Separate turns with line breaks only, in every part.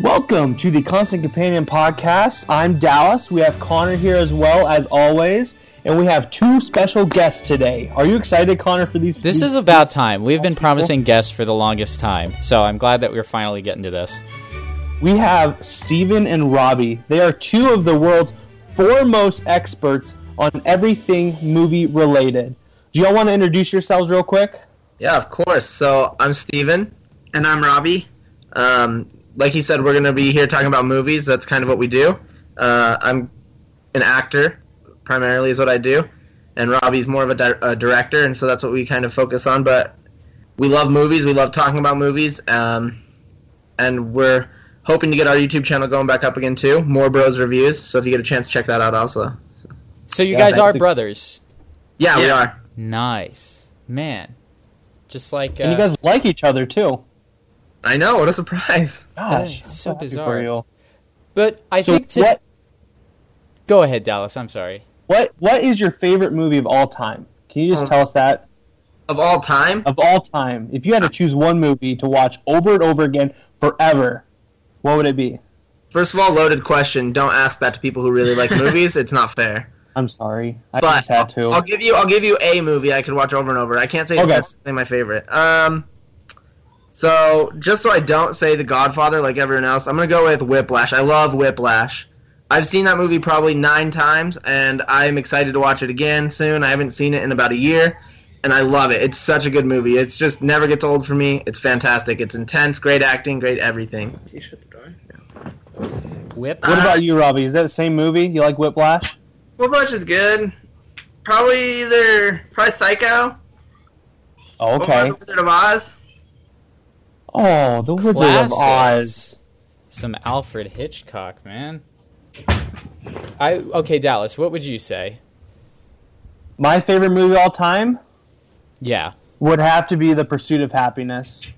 Welcome to the Constant Companion Podcast. I'm Dallas. We have Connor here as well as always, and we have two special guests today. Are you excited, Connor, for these?
This is about time. We've been promising guests for the longest time, so I'm glad that we're finally getting to this.
We have Steven and Robbie. They are two of the world's foremost experts on everything movie related. Do y'all want to introduce yourselves real quick?
Yeah, of course. So I'm Steven.
And I'm Robbie.
Um, like he said, we're going to be here talking about movies. That's kind of what we do. Uh, I'm an actor, primarily, is what I do. And Robbie's more of a, di- a director, and so that's what we kind of focus on. But we love movies. We love talking about movies. Um, and we're hoping to get our YouTube channel going back up again, too. More Bros Reviews. So if you get a chance, check that out also. So-
So you
Yeah,
guys are
that's a-
brothers.
yeah, we
Yeah.
are.
Nice, man. Just like uh,
And you guys like each other too.
I know. What a surprise.
Gosh,
That is so
happy for
bizarre.
you.
but I
So
think to
what?
go ahead, Dallas. I'm sorry.
What? What is your favorite movie of all time? Can you just
Um,
tell us that?
Of all time,
of all time, if you had to choose one movie to watch over and over again forever, what would it be?
first of all, loaded question. Don't ask that to people who really like movies. It's not fair.
I'm sorry, I
but
just had to.
I'll give you I'll give you a movie I could watch over and over. I can't say it's
Okay.
necessarily my favorite. Um, so just so I don't say The Godfather like everyone else, I'm gonna go with Whiplash. I love Whiplash. I've seen that movie probably nine times, and I'm excited to watch it again soon. I haven't seen it in about a year, and I love it. It's such a good movie. It's just never gets old for me. It's fantastic. It's intense, great acting, great everything.
Whip.
What about you, Robbie? Is that the same movie? You like Whiplash?
Whiplash is good. Probably either probably Psycho
Oh,
or
okay.
The Wizard of Oz.
Oh, The Wizard
Classics.
of Oz.
Some Alfred Hitchcock, man. I okay, Dallas. What would you say?
My favorite movie of all time
Yeah.
would have to be The Pursuit of Happiness,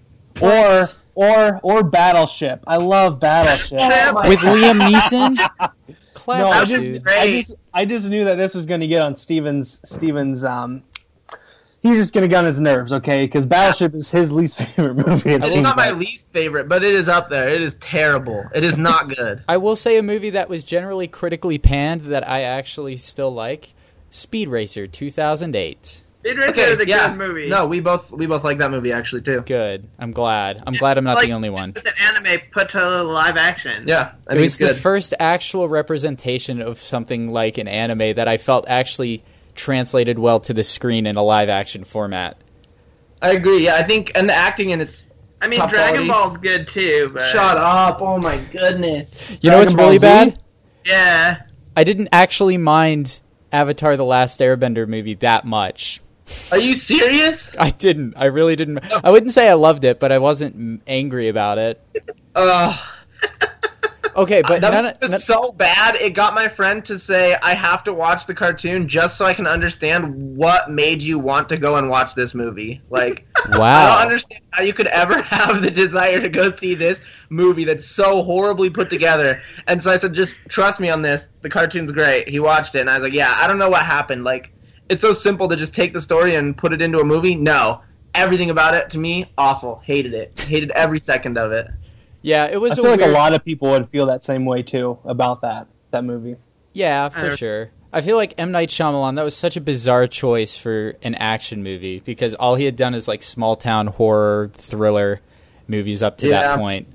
or or or Battleship. I love Battleship.
With Liam Neeson?
No, I
Classic,
just,
dude.
I just, I just knew that this was going to get on Steven's, Steven's, um, he's just going to get on his nerves, okay? Because Battleship is his least favorite movie. It
will
It's
seems
not my
like.
least favorite, but it is up there. It is terrible. It is not good.
I will say a movie that was generally critically panned that I actually still like Speed Racer 2008.
Speed Racer is a good movie.
No, we both we both like that movie actually too.
Good. I'm glad. I'm glad I'm not
It's like-
the only one.
It's an anime put to live action.
Yeah, I
It
mean,
was
it's
the
good.
first actual representation of something like an anime that I felt actually translated well to the screen in a live action format.
I agree. Yeah, I think and the acting in it's
I mean,
Top
Dragon
quality.
Ball's good too, but
shut up. Oh my goodness.
You know what's
Dragon Ball
really
Z?
bad?
Yeah,
I didn't actually mind Avatar the Last Airbender movie that much.
Are you serious?
I didn't. I really didn't. I wouldn't say I loved it, but I wasn't m- angry about it.
Uh,
Okay, but
that
none
was
of-
just
none-
so bad. It got my friend to say I have to watch the cartoon just so I can understand what made you want to go and watch this movie. Like I don't
wow.
understand how you could ever have the desire to go see this movie that's so horribly put together. And so I said, just trust me on this. The cartoon's great. He watched it, and I was like, yeah, I don't know what happened. Like, it's so simple to just take the story and put it into a movie. No, everything about it to me, awful. Hated it. Hated every second of it.
Yeah, it
I
was a
feel like
weird-
a lot of people would feel that same way, too, about that, that movie.
Yeah,
I
for
don't-
sure. I feel like M Night Shyamalan. That was such a bizarre choice for an action movie because all he had done is like small town horror thriller movies up to
Yeah.
that point.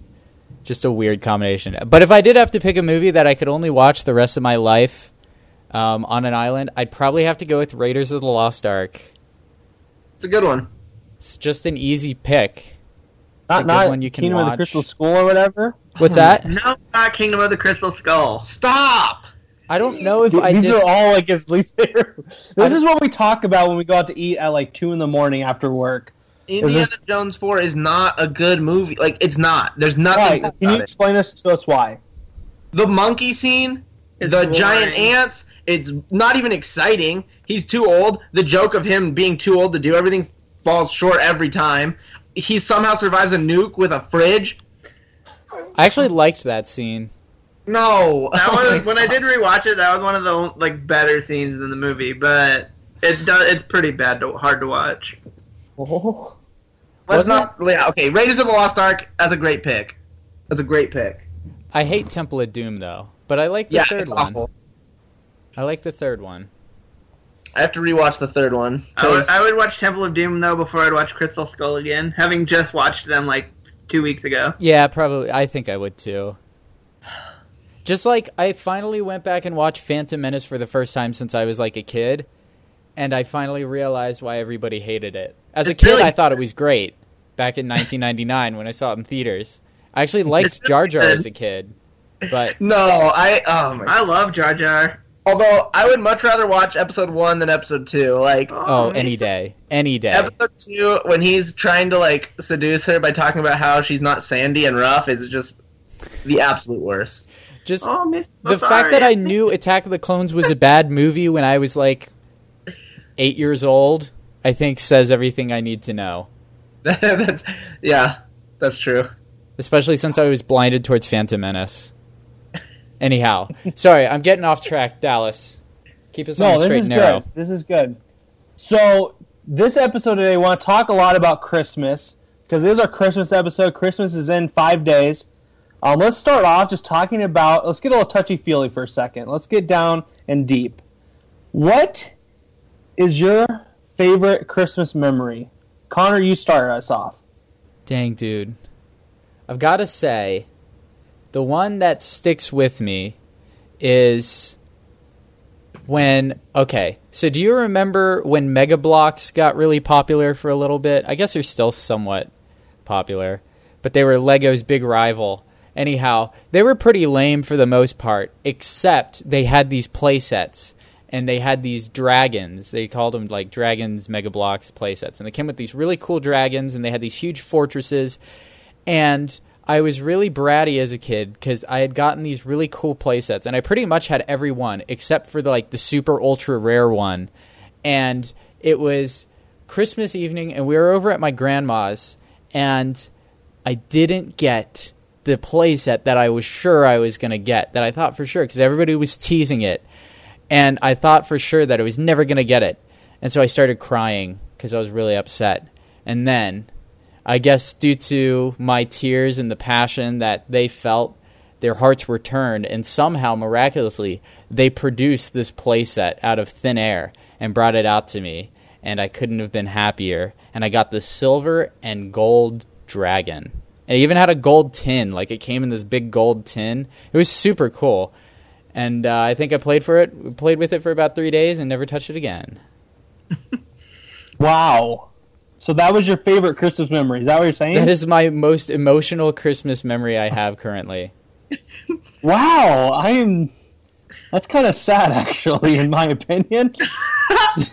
Just a weird combination. But if I did have to pick a movie that I could only watch the rest of my life um, on an island, I'd probably have to go with Raiders of the Lost Ark.
It's a good one.
It's just an easy pick. a
Not,
good
not
one you can
Kingdom of
watch.
the Crystal Skull or whatever.
What's that?
no, not Kingdom of the Crystal Skull.
Stop.
I don't know if I
These
just.
are all like his least favorite. This
I-
is what we talk about when we go out to eat at like two in the morning after work.
Indiana
this-
Jones 4 is not a good movie. Like, it's not. There's nothing
Why?
good
Can
about
you
it.
explain us to us why?
the monkey scene,
It's
the
boring.
giant ants, it's not even exciting. He's too old. The joke of him being too old to do everything falls short every time. He somehow survives a nuke with a fridge.
I actually liked that scene.
No. Oh
That was when I did rewatch it. That was one of the like better scenes in the movie, but it does. It's pretty bad, to, hard to watch.
Let's
Wasn't
not. Yeah, okay. Raiders of the Lost Ark. That's a great pick. That's a great pick.
I hate Temple of Doom though, but I like the
yeah,
third
it's
one.
awful.
I like the third one.
I have to rewatch the third one.
I would,
'cause-
I would watch Temple of Doom though before I'd watch Crystal Skull again, having just watched them like two weeks ago.
Yeah, probably. I think I would too. Just like I finally went back and watched Phantom Menace for the first time since I was like a kid, and I finally realized why everybody hated it. As a
It's
kid,
really-
I thought it was great back in 1999 when I saw it in theaters. I actually liked Jar Jar as a kid, but
no, I oh my
I love Jar Jar.
Although I would much rather watch episode one than episode two. Like
oh, any day, any day.
episode two, when he's trying to like seduce her by talking about how she's not sandy and rough, is just the absolute worst.
Just
Oh, Miss.
the fact that I knew Attack of the Clones was a bad movie when I was like eight years old, I think says everything I need to know.
that's yeah, that's true.
Especially since I was blinded towards Phantom Menace. Anyhow, sorry, I'm getting off track. Dallas, keep us on
No,
the
this
straight
is
and narrow.
good. This is good. So this episode today, we want to talk a lot about Christmas because this is our Christmas episode. Christmas is in five days. Um, let's start off just talking about. Let's get a little touchy feely for a second. Let's get down and deep. What is your favorite Christmas memory? Connor, you start us off.
Dang, dude. I've got to say, the one that sticks with me is when. Okay, so do you remember when Mega Blocks got really popular for a little bit? I guess they're still somewhat popular, but they were Lego's big rival. Anyhow, they were pretty lame for the most part, except they had these playsets and they had these dragons. They called them like dragons, mega blocks, playsets. And they came with these really cool dragons and they had these huge fortresses. And I was really bratty as a kid because I had gotten these really cool playsets and I pretty much had every one except for the, like the super ultra rare one. And it was Christmas evening and we were over at my grandma's and I didn't get the playset that I was sure I was going to get, that I thought for sure, because everybody was teasing it. And I thought for sure that I was never going to get it. And so I started crying because I was really upset. And then, I guess due to my tears and the passion that they felt, their hearts were turned, and somehow, miraculously, they produced this playset out of thin air and brought it out to me. And I couldn't have been happier. And I got the silver and gold dragon. And it even had a gold tin, like it came in this big gold tin. It was super cool. And uh, I think I played for it, played with it for about three days, and never touched it again.
Wow. So that was your favorite Christmas memory. Is that what you're saying?
That is my most emotional Christmas memory I have currently.
wow. I am. That's kind of sad, actually, in my opinion.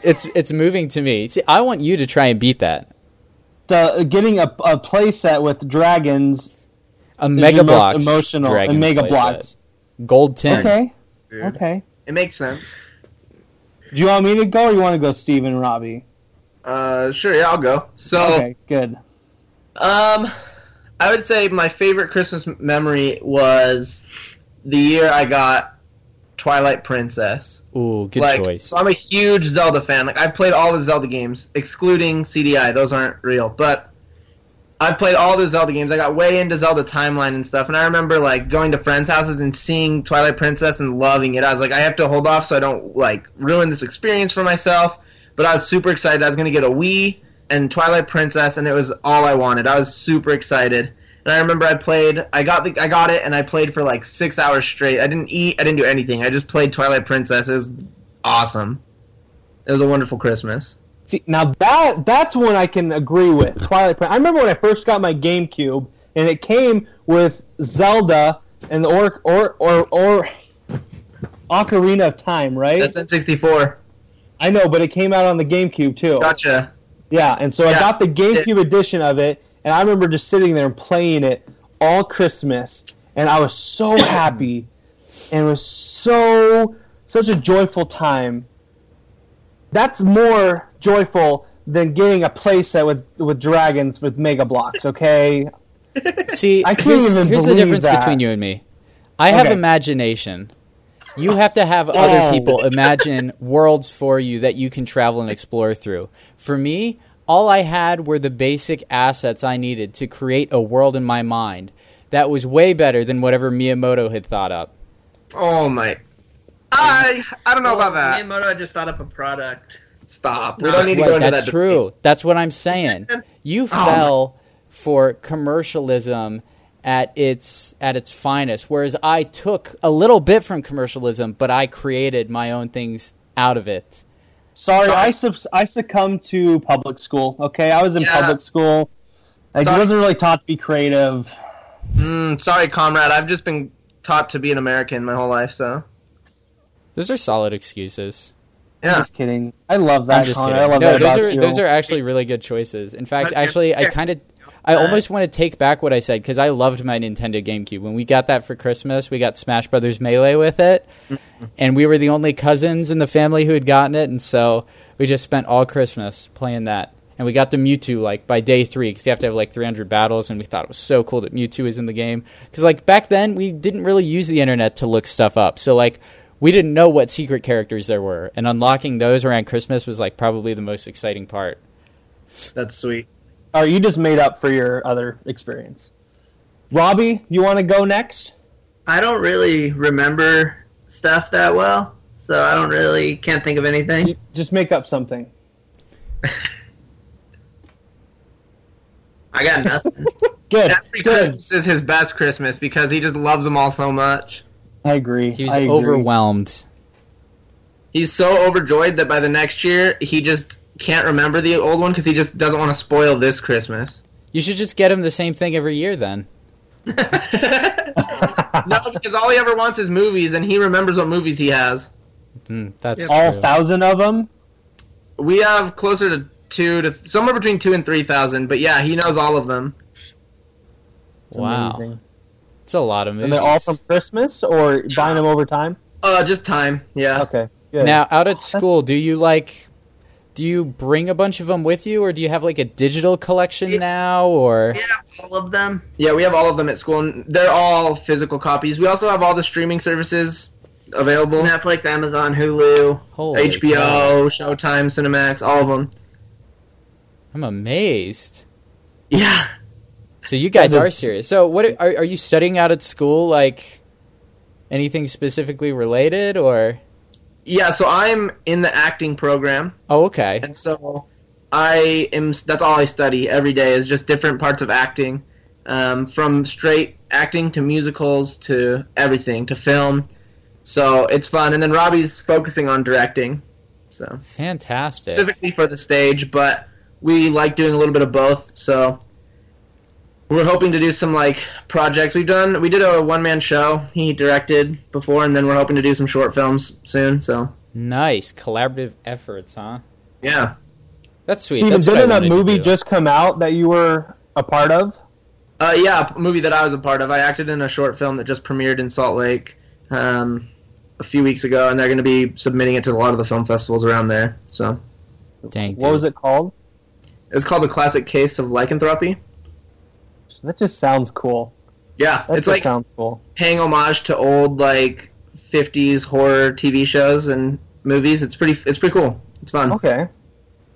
it's it's moving to me. See, I want you to try and beat that.
the uh, getting a, a play set with dragons is
A
your
mega
most
blocks,
emotional
dragon
and mega
playset.
blocks.
gold tin.
Okay.
Dude.
Okay.
It makes sense.
Do you want me to go or you want to go Steve and Robbie?
Uh, sure, yeah, I'll go. So,
Okay, good.
um, I would say my favorite Christmas m- memory was the year I got Twilight Princess.
Ooh, good
like,
choice.
So I'm a huge Zelda fan. Like I've played all the Zelda games, excluding CDI. Those aren't real, but I've played all the Zelda games. I got way into Zelda timeline and stuff, and I remember like going to friends' houses and seeing Twilight Princess and loving it. I was like, I have to hold off so I don't like ruin this experience for myself. But I was super excited. I was gonna get a Wii and Twilight Princess, and it was all I wanted. I was super excited. And I remember I played. I got the. I got it, and I played for like six hours straight. I didn't eat. I didn't do anything. I just played Twilight Princess. It was awesome. It was a wonderful Christmas.
See, now that that's one I can agree with. Twilight Princess. I remember when I first got my GameCube, and it came with Zelda and the or or or or Ocarina of Time, right?
That's N64.
I know, but it came out on the GameCube too.
Gotcha.
Yeah, and so I
Yeah.
got the GameCube edition of it, and I remember just sitting there and playing it all Christmas, and I was so happy, and it was so such a joyful time. That's more joyful than getting a playset with with dragons with Mega Blocks. Okay,
See,
I can't
here's,
even
here's the
believe
difference
that.
between you and me. I have
Okay.
imagination. You have to have other
Oh.
people imagine worlds for you that you can travel and explore through. For me, all I had were the basic assets I needed to create a world in my mind that was way better than whatever Miyamoto had thought up.
Oh my!
I I don't know
Well,
about that. Miyamoto just thought up a product.
Stop. We
No,
don't
that's
need to
Right,
go into
that's
that.
true.
debate. Oh
That's what I'm saying.
Oh
You fell for commercialism at its at its finest, whereas I took a little bit from commercialism, but I created my own things out of it.
Sorry, I subs- I succumbed to public school. Okay, I was in
Yeah.
public school. Like, I
Sorry.
wasn't really taught to be creative.
Mm, sorry, comrade. I've just been taught to be an American my whole life. So
Those are solid excuses.
yeah.
Just kidding. I love
I'm
that.
just
Connor.
kidding.
I love
no,
that
those
about
are
you.
those are actually really good choices. In fact,
But if-
actually, I
yeah.
kind of, I almost want to take back what I said because I loved my Nintendo GameCube. When we got that for Christmas, we got Smash Brothers Melee with it, and we were the only cousins in the family who had gotten it, and so we just spent all Christmas playing that. And we got the Mewtwo like by day three because you have to have like 300 battles, and we thought it was so cool that Mewtwo is in the game because like back then we didn't really use the internet to look stuff up, so like we didn't know what secret characters there were, and unlocking those around Christmas was like probably the most exciting part.
That's sweet.
Or you just made up for your other experience. Robbie, you want to go next?
I don't really remember stuff that well, so I don't really can't think of anything.
Just make up something.
I got nothing.
Good.
Every
Good.
Christmas is his best Christmas because he just loves them all so much.
I agree.
He was
I agree.
overwhelmed.
He's so overjoyed that by the next year he just can't remember the old one because he just doesn't want to spoil this Christmas.
You should just get him the same thing every year then.
No, because all he ever wants is movies, and he remembers what movies he has.
Mm, that's
All
true.
thousand of them.
We have closer to two to somewhere between two and three thousand, but yeah, he knows all of them.
wow,
Amazing.
it's a lot of movies.
And they're all from Christmas or buying them over time?
Uh, just time. Yeah.
Okay. Good.
Now, out at school, do you like? Do you bring a bunch of them with you, or do you have like a digital collection
Yeah.
now? Or
yeah, all of them.
Yeah, we have all of them at school, and they're all physical copies. We also have all the streaming services available:
Netflix, Amazon, Hulu.
Holy cow.
HBO, Showtime, Cinemax, all of them.
I'm amazed.
Yeah.
So you guys
That
are
is-
serious. So what are, are are you studying out at school? Like anything specifically related, or
Yeah. So I'm in the acting program,
oh, okay,
and so I am. That's all I study every day is just different parts of acting, um, from straight acting to musicals to everything to film. So it's fun, and then Robbie's focusing on directing. So.
fantastic.
specifically for the stage, but we like doing a little bit of both. So we're hoping to do some like projects. We've done we did a one man show he directed before, and then we're hoping to do some short films soon. So
Nice collaborative efforts, huh?
yeah,
That's sweet.
Steven,
That's what I
didn't a
wanted to
movie
do.
just come out that you were a part of?
uh, yeah, a movie that I was a part of. I acted in a short film that just premiered in Salt Lake um, a few weeks ago, and they're going to be submitting it to a lot of the film festivals around there. So
Dang,
What was it called?
it's called the classic case of lycanthropy.
That just sounds cool.
Yeah,
That
it's
just
like
sounds cool.
paying homage to old like 50s horror TV shows and movies. It's pretty it's pretty cool. It's fun.
Okay.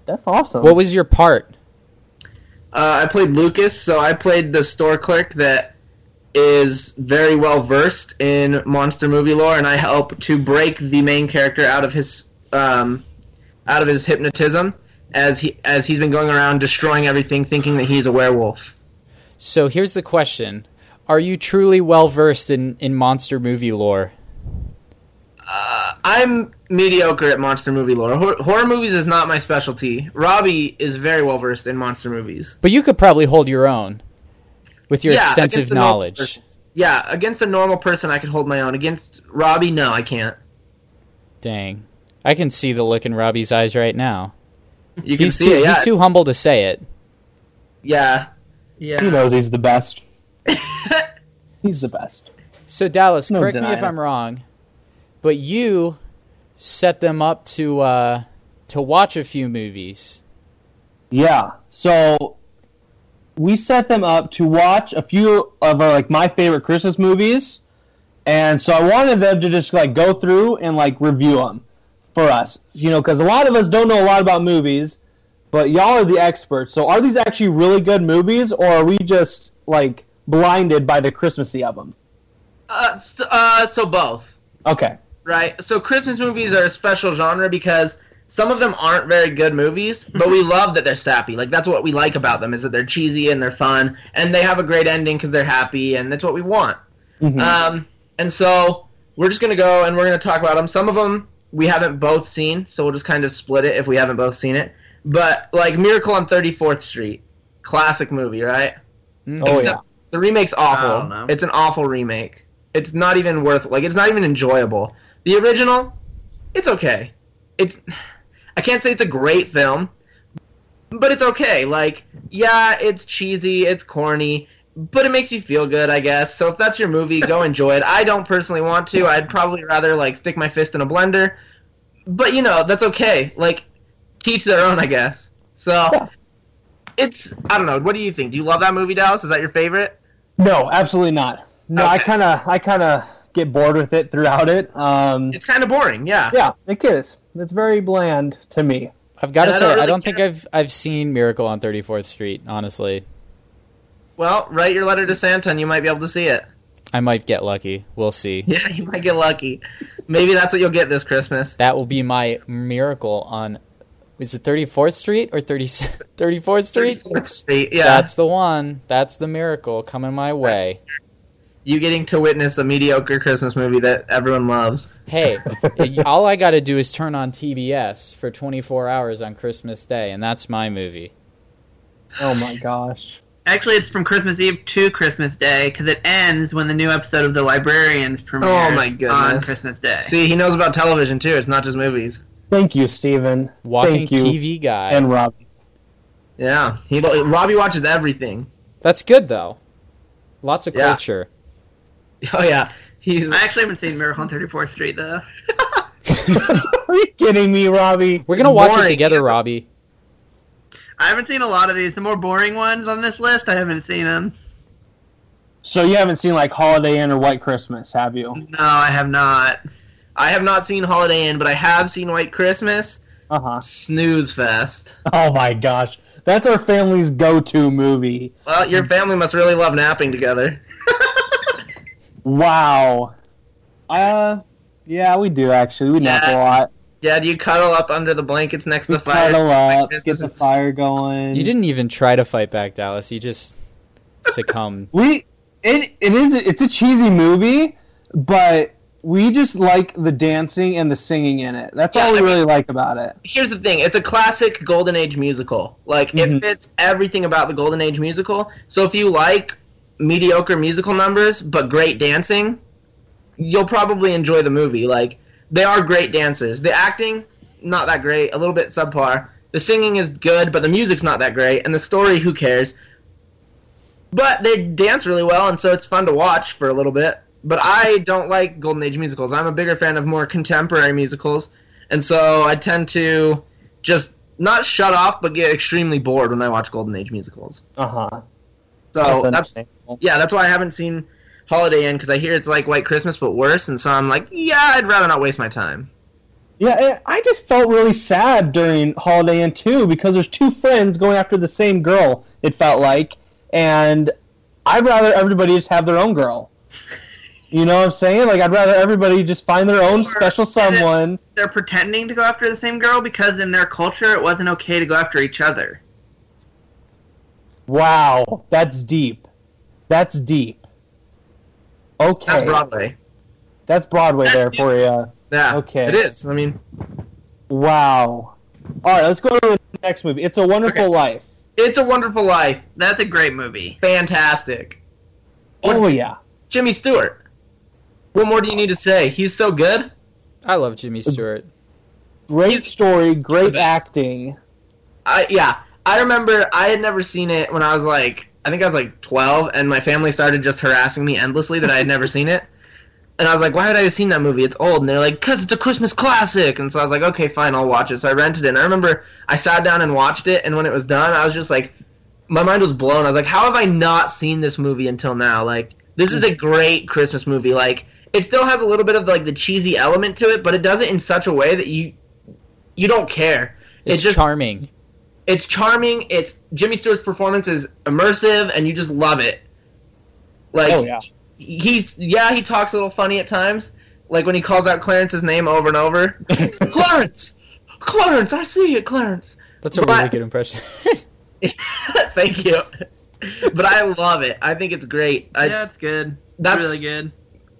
That's awesome.
What was your part?
Uh, I played Lucas, so I played the store clerk that is very well versed in monster movie lore, and I help to break the main character out of his um, out of his hypnotism as he as he's been going around destroying everything, thinking that he's a werewolf.
So here's the question: Are you truly well versed in in monster movie lore?
I'm mediocre at monster movie lore. Hor- horror movies is not my specialty. Robbie is very well versed in monster movies.
But you could probably hold your own with your
Yeah,
extensive
against a normal
knowledge.
person. Yeah, against a normal person, I could hold my own. Against Robbie, no, I can't.
Dang, I can see the look in Robbie's eyes right now.
You can
He's
see
too,
it. Yeah,
he's too humble to say it.
yeah.
Yeah.
He knows he's the best. he's the best.
So Dallas,
No
correct me if
denial.
I'm wrong, but you set them up to uh, to watch a few movies.
Yeah. So we set them up to watch a few of our, like my favorite Christmas movies, and so I wanted them to just like go through and like review them for us, you know, because a lot of us don't know a lot about movies, but y'all are the experts. So are these actually really good movies, or are we just like blinded by the Christmassy of them?
Uh, so, uh, so both,
Okay.
right? So Christmas movies are a special genre because some of them aren't very good movies, but we love that they're sappy. Like that's what we like about them is that they're cheesy and they're fun, and they have a great ending because they're happy, and that's what we want.
Mhm.
Um, and so we're just gonna go and we're gonna talk about them. Some of them we haven't both seen, so we'll just kind of split it if we haven't both seen it. But like Miracle on 34th Street, classic movie, right?
Mm,
oh yeah.
Except The remake's
I
awful.
don't know.
It's an awful remake. It's not even worth like it's not even enjoyable. The original, it's okay. It's I can't say it's a great film, but it's okay. Like, yeah, it's cheesy, it's corny, but it makes you feel good, I guess. So if that's your movie, go enjoy it. I don't personally want to. I'd probably rather like stick my fist in a blender. But you know, that's okay. Like teach their own, I guess. So it's I don't know. What do you think? Do you love that movie, Dallas? Is that your favorite?
No, absolutely not. No, I
Okay.
kind of I kind of get bored with it throughout it. Um,
It's kind of boring. Yeah.
yeah, it is. It's very bland to me.
I've got to
And I
say,
don't really
I don't think
care.
I've I've seen Miracle on 34th Street. Honestly,
Well, write your letter to Santa, and you might be able to see it.
I might get lucky. We'll see.
Yeah, you might get lucky. Maybe that's what you'll get this Christmas.
That will be my miracle on. Is it 34th Street or 30, 34th Street?
34th Street. Yeah,
That's the one. That's the miracle coming my way.
you getting to witness a mediocre Christmas movie that everyone loves.
Hey, all I got to do is turn on TBS for 24 hours on Christmas Day, and that's my movie.
Oh my gosh.
Actually, it's from Christmas Eve to Christmas Day because it ends when the new episode of The Librarians premieres
Oh, my
on
goodness.
Christmas Day.
See, he knows about television too. It's not just movies.
Thank you, Steven.
Walking
Thank you.
TV guy.
And Robbie.
Yeah, he Robbie watches everything.
that's good though. Lots of
Yeah.
culture.
Oh yeah, he's
I actually haven't seen Miracle on 34th Street though.
Are you kidding me, Robbie?
We're gonna watch it
boring.
together,
It's a-
Robbie.
I haven't seen a lot of these. The more boring ones on this list, I haven't seen them.
So you haven't seen like Holiday Inn or White Christmas, have you?
No, I have not.
I have not seen Holiday Inn, but I have seen White Christmas.
Uh huh.
Snooze fest.
Oh my gosh, that's our family's go-to movie.
Well, your family must really love napping together.
Wow. Uh, yeah, we do actually. We nap a
Yeah.
lot.
Yeah, do you cuddle up under the blankets next to
We
the fire?
cuddle up, get
Christmas
the
is-
fire going.
You didn't even try to fight back, Dallas. You just succumbed.
We it it is it's a cheesy movie, but we just like the dancing and the singing in it. That's
Yeah,
all we
I mean-
really like about it.
here's the thing it's a classic golden age musical like
Mhm.
it fits everything about the golden age musical so if you like mediocre musical numbers but great dancing you'll probably enjoy the movie like they are great dancers the acting not that great a little bit subpar the singing is good but the music's not that great and the story who cares but they dance really well and so it's fun to watch for a little bit but i don't like golden age musicals i'm a bigger fan of more contemporary musicals and so I tend to just not shut off, but get extremely bored when I watch Golden Age musicals.
Uh huh.
So that's, yeah, that's why I haven't seen Holiday Inn because I hear it's like White Christmas but worse, and so I'm like, yeah, I'd rather not waste my time.
yeah. It, I just felt really sad during Holiday Inn too because there's two friends going after the same girl. It felt like, and I'd rather everybody just have their own girl. You know what I'm saying? Like I'd rather everybody just find their own
Sure.
special someone.
They're pretending to go after the same girl because in their culture it wasn't okay to go after each other.
Wow, that's deep. That's deep. Okay.
That's Broadway.
That's Broadway
That's
there for you.
Yeah,
Okay.
it is. I mean,
Wow. All right, let's go to the next movie. It's a Wonderful
Okay.
Life.
It's a Wonderful Life.
That's a great movie.
Fantastic. What-
Oh yeah,
Jimmy Stewart. What more do you need to say? He's so good.
I love Jimmy Stewart.
great
He's-
story,
the
great
best.
acting.
I yeah, I remember I had never seen it when I was like I think I was like 12 and my family started just harassing me endlessly that I had never seen it. And I was like, why would I have seen that movie? It's old. And they're like, cuz it's a Christmas classic. And so I was like, okay, fine, I'll watch it. So I rented it. And I remember I sat down and watched it and when it was done, I was just like my mind was blown. I was like, how have I not seen this movie until now? Like this is a great Christmas movie. Like it still has a little bit of like the cheesy element to it, but it does it in such a way that you you don't care. It
It's charming.
it's charming. It's Jimmy Stewart's performance is immersive, and you just love it. Like
Oh, yeah.
he's yeah, he talks a little funny at times. Like when he calls out Clarence's name over and over. Clarence, Clarence, I see you, Clarence.
That's a
But-
really good impression.
Thank you. but I love it. I think it's great. I,
yeah, it's good.
that's-
That's really good.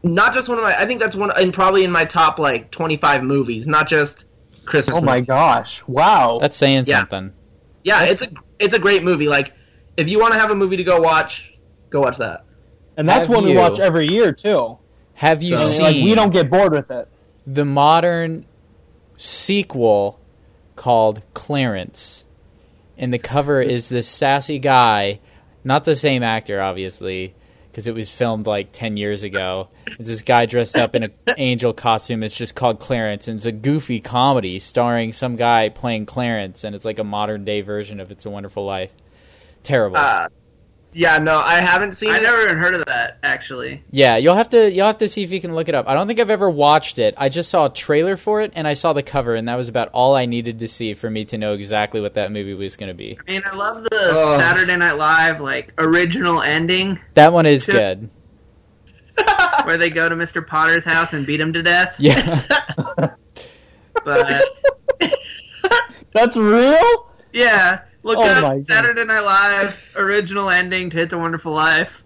Not just one of my. I think that's one, and probably in my top like twenty-five movies. Not just Christmas.
Oh my
movies.
gosh! Wow.
That's saying
Yeah.
something.
Yeah, it's a it's a great movie. Like, if you want to have a movie to go watch, go watch that.
and that's
Have
one we
you-
watch every year too.
Have you
So-
seen
Like we don't get bored with it.
the modern sequel called Clarence? And the cover is this sassy guy, not the same actor, obviously, because it was filmed like 10 years ago. It's this guy dressed up in an angel costume. It's just called Clarence, and it's a goofy comedy starring some guy playing Clarence, and it's like a modern day version of It's a Wonderful Life. Terrible.
Uh, yeah, no, I haven't seen
I
it.
never even heard of that actually.
Yeah, you'll have to you'll have to see if you can look it up. I don't think I've ever watched it. I just saw a trailer for it and I saw the cover and that was about all I needed to see for me to know exactly what that movie was going to be.
I mean, I love the
Oh.
Saturday Night Live like original ending
That one is
Yeah.
good.
where they go to Mr. Potter's house and beat him to death.
Yeah.
But
That's real.
yeah, look
Oh my
up
God.
Saturday Night Live original ending to It's a Wonderful Life.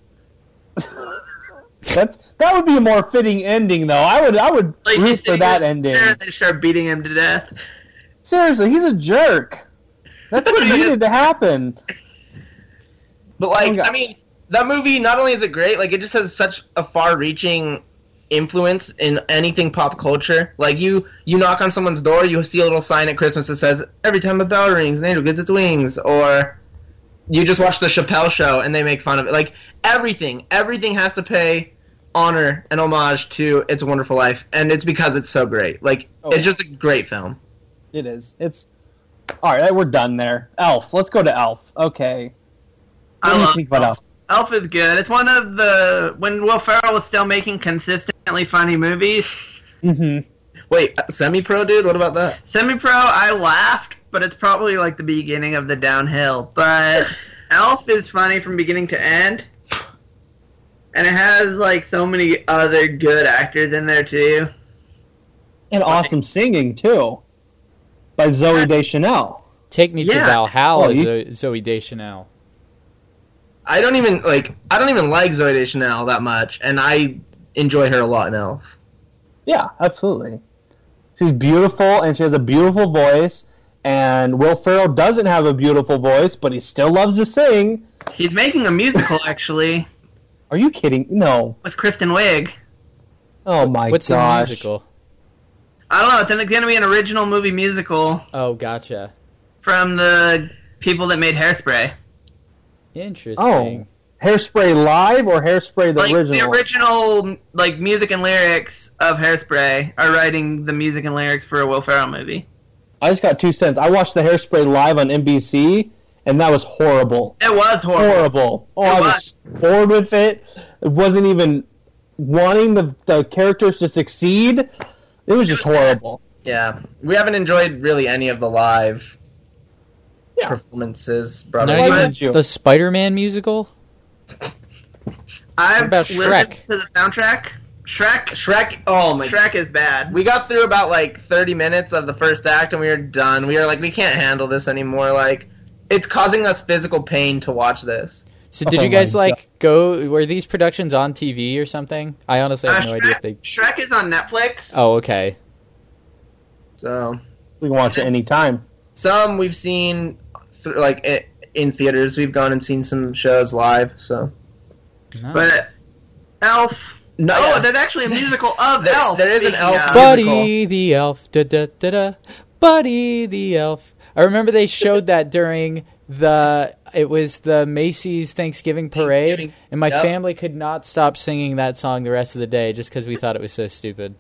That's that would be a more fitting ending though. I would I would
Like
root
he's
for
sitting
that
in his
ending.
chair and They start beating him to death.
Seriously, he's a jerk. That's what needed to happen.
But like,
Oh, gosh.
I mean, that movie not only is it great, like it just has such a far-reaching influence in anything pop culture. Like you, you knock on someone's door, you see a little sign at Christmas that says, "Every time a bell rings, an angel gets its wings," or you just watch the Chappelle show and they make fun of it. Like everything, everything has to pay honor and homage to "It's a Wonderful Life," and it's because it's so great. Like
Oh, yeah.
it's just a great film.
It is. It's all right. We're done there. Elf. Let's go to Elf. Okay. What
I
do you
love
think about Elf?
Elf is good. It's one of the when Will Ferrell was still making consistently funny movies.
Mm-hmm.
Wait, uh, semi-pro dude, what about that?
Semi Pro, I laughed, but it's probably like the beginning of the downhill. But Elf is funny from beginning to end, and it has like so many other good actors in there too.
And awesome singing too, by Zoe Deschanel.
Take me to
Yeah.
Valhalla,
Oh, you-
Zo- Zoe Deschanel.
I don't even like. I don't even like Zoe Deschanel that much, and I enjoy her a lot in Elf.
Yeah, absolutely. She's beautiful, and she has a beautiful voice. And Will Ferrell doesn't have a beautiful voice, but he still loves to sing.
He's making a musical actually
Are you kidding? No.
with Kristen Wiig.
Oh my
What's
gosh.
the musical?
I don't know. It's going to be an original movie musical
Oh, gotcha.
from the people that made Hairspray.
Interesting.
Oh, Hairspray live or Hairspray the
like
original?
the original like music and lyrics of Hairspray are writing the music and lyrics for a Will Ferrell movie.
I just got two cents. I watched the Hairspray live on NBC, and that was horrible.
It was
Horrible.
horrible.
Oh, I
It
was bored with it. It wasn't even wanting the, the characters to succeed. It was just horrible.
Yeah, we haven't enjoyed really any of the live
Yeah.
performances.
Not
Brother,
Why
even
didn't you?
the Spider-Man musical?
I've
about
listened
Shrek?
to the soundtrack. Shrek,
Shrek. Oh my.
Shrek is bad.
We got through about like thirty minutes of the first act, and we were done. We were like, we can't handle this anymore. Like, it's causing us physical pain to watch this.
So did
Oh
you guys
my God.
like go were these productions on TV or something? I honestly
Uh,
have no idea
Shrek,
if they
Shrek is on Netflix.
Oh, okay.
So
We can watch it
Yes.
anytime.
some we've seen, th- like i in theaters, we've gone and seen some shows live. So
Nice.
But Elf.
no,
Oh, there's actually a musical of
There-
Elf.
there is an
speaking
Elf
of.
movie.
Buddy
musical.
the Elf. Da, da, da, da. Buddy the Elf. I remember they showed that during the it was the Macy's Thanksgiving parade
Thanksgiving.
and my
Yep.
family could not stop singing that song the rest of the day just cuz we thought it was so stupid.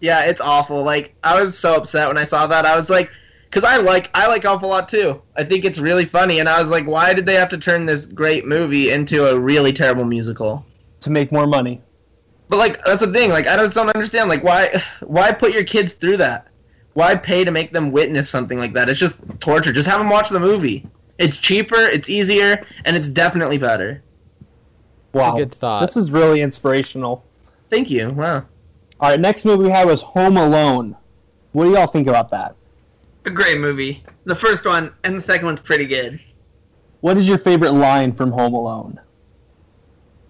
Yeah, it's awful. Like I was so upset when I saw that. I was like, because I like I like Elf a lot too. I think it's really funny, and I was like, why did they have to turn this great movie into a really terrible musical?
to make more money.
But like that's the thing. Like I just don't understand. Like why why put your kids through that? Why pay to make them witness something like that? It's just torture. Just have them watch the movie. It's cheaper. It's easier, and it's definitely better.
That's a good thought.
This is really inspirational.
Thank you. Wow.
All right, next movie we had was Home Alone. What do y'all think about that?
A great movie. The first one and the second one's pretty good.
What is your favorite line from Home Alone?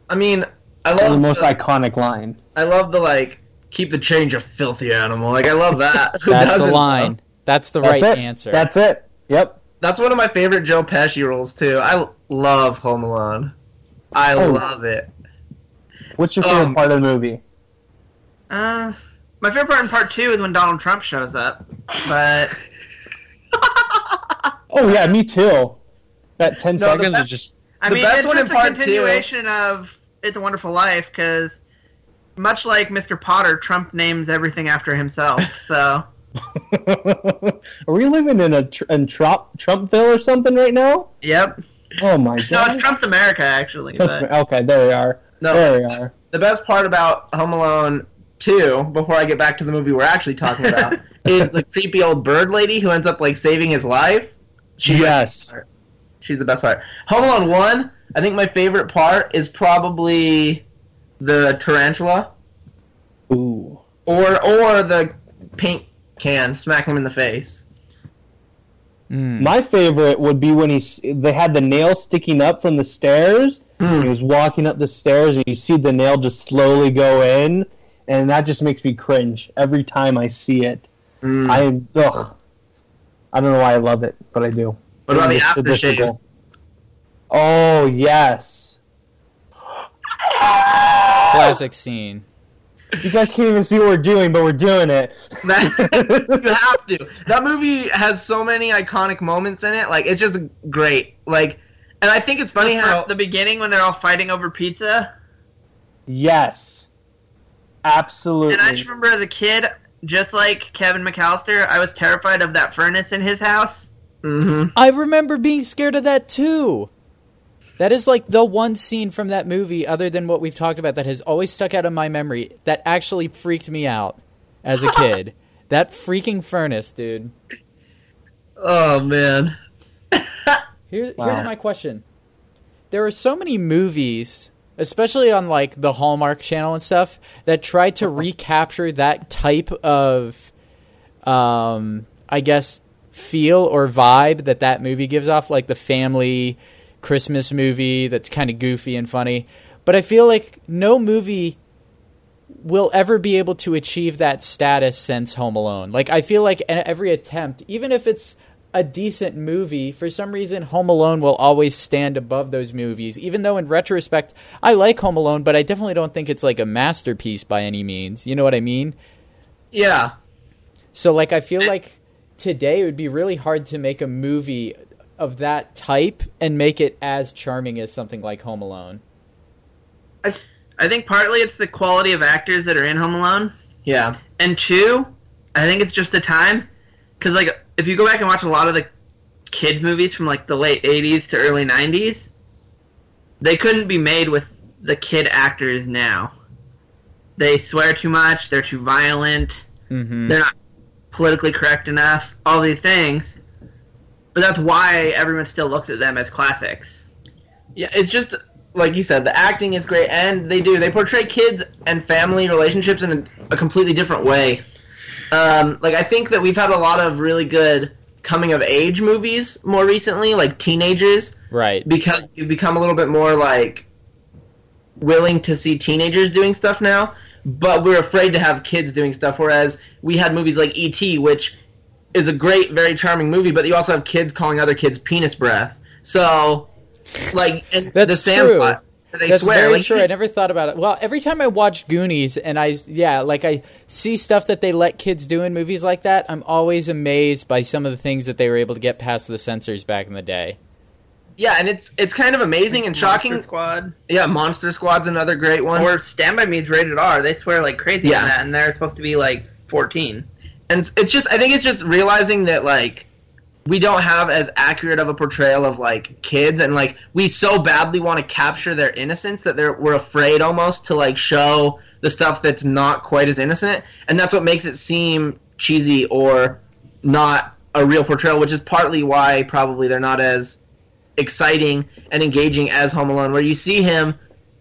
I mean, I
Or
love
the most
the,
iconic line?
I love the like keep the change, you filthy animal. Like I love that. Who
That's the
doesn't,
line.
though?
That's the
That's
right
it.
answer.
That's it. Yep.
That's one of my favorite Joe Pesci roles too. I l- love Home Alone. I
Oh.
love it.
What's your favorite
Um,
part of the movie?
Uh, my favorite part in part two is when Donald Trump shows up. But
Oh yeah, me too. That ten
No, the
seconds
best-
is just
I
The
mean,
best
it's
one in
just a
part two-
continuation of It's a Wonderful Life because, much like Mr. Potter, Trump names everything after himself. So
Are we living in a tr- in Trump Trumpville or something right now?
yep.
Oh my
No,
god!
it's Trump's America actually.
Trump's-
But
okay, there we are.
No,
There we are.
the best part about Home Alone 2, before I get back to the movie we're actually talking about, is the creepy old bird lady who ends up like saving his life. She's like,
Yes.
she's the best part. Home Alone 1, I think my favorite part is probably the tarantula
Ooh.
or or the paint can smack him in the face.
Mm.
My favorite would be when he s- they had the nail sticking up from the stairs.
Hmm.
He was walking up the stairs, and you see the nail just slowly go in, and that just makes me cringe every time I see it.
Mm.
I am ugh. I don't know why I love it, but I do.
what about the
It's
aftershave?
sadistical. Oh yes.
Classic scene.
You guys can't even see what we're doing, but we're doing it.
That- you have to. That movie has so many iconic moments in it. Like it's just great. Like, and I think it's funny
the,
how
the beginning when they're all fighting over pizza,
Yes. Absolutely.
and I just remember as a kid, just like Kevin McAllister, I was terrified of that furnace in his house.
hmm
I remember being scared of that too. That is like the one scene from that movie, other than what we've talked about, that has always stuck out in my memory that actually freaked me out as a kid. that freaking furnace, dude.
Oh man.
Here,
Wow.
Here's my question. There are so many movies, especially on like the Hallmark Channel and stuff, that try to recapture that type of, um, I guess, feel or vibe that that movie gives off, like the family Christmas movie that's kind of goofy and funny. But I feel like no movie will ever be able to achieve that status since Home Alone. Like I feel like in every attempt, even if it's a decent movie, for some reason Home Alone will always stand above those movies. Even though in retrospect, I like Home Alone, but I definitely don't think it's like a masterpiece by any means. You know what I mean?
Yeah.
So like I feel like today it would be really hard to make a movie of that type and make it as charming as something like Home Alone.
I, I think partly it's the quality of actors that are in Home Alone.
Yeah.
And two, I think it's just the time, because like if you go back and watch a lot of the kids movies from like the late '80s to early '90s, they couldn't be made with the kid actors now. They swear too much. They're too violent.
Mhm.
They're not politically correct enough. All these things. But that's why everyone still looks at them as classics.
Yeah. It's just like you said, the acting is great, and they do they portray kids and family relationships in a, a completely different way. Um, like I think that we've had a lot of really good coming of age movies more recently, like teenagers.
Right.
because you become a little bit more like willing to see teenagers doing stuff now but we're afraid to have kids doing stuff whereas we had movies like et which is a great very charming movie but you also have kids calling other kids penis breath so like and
That's
the
true.
sandlot they
That's
swear
very
like,
true. I never thought about it. Well, every time I watch Goonies and I, yeah, like I see stuff that they let kids do in movies like that, I'm always amazed by some of the things that they were able to get past the censors back in the day.
yeah and it's it's kind of amazing and shocking
Monster Squad
yeah monster squad's another great one
or Stand by Me's rated R. They swear like crazy
Yeah.
on that, and they're supposed to be like 14.
and it's- it's just I think it's just realizing that like we don't have as accurate of a portrayal of like kids and like we so badly want to capture their innocence that they're we're afraid almost to like show the stuff that's not quite as innocent and that's what makes it seem cheesy or not a real portrayal which is partly why probably they're not as exciting and engaging as Home Alone where you see him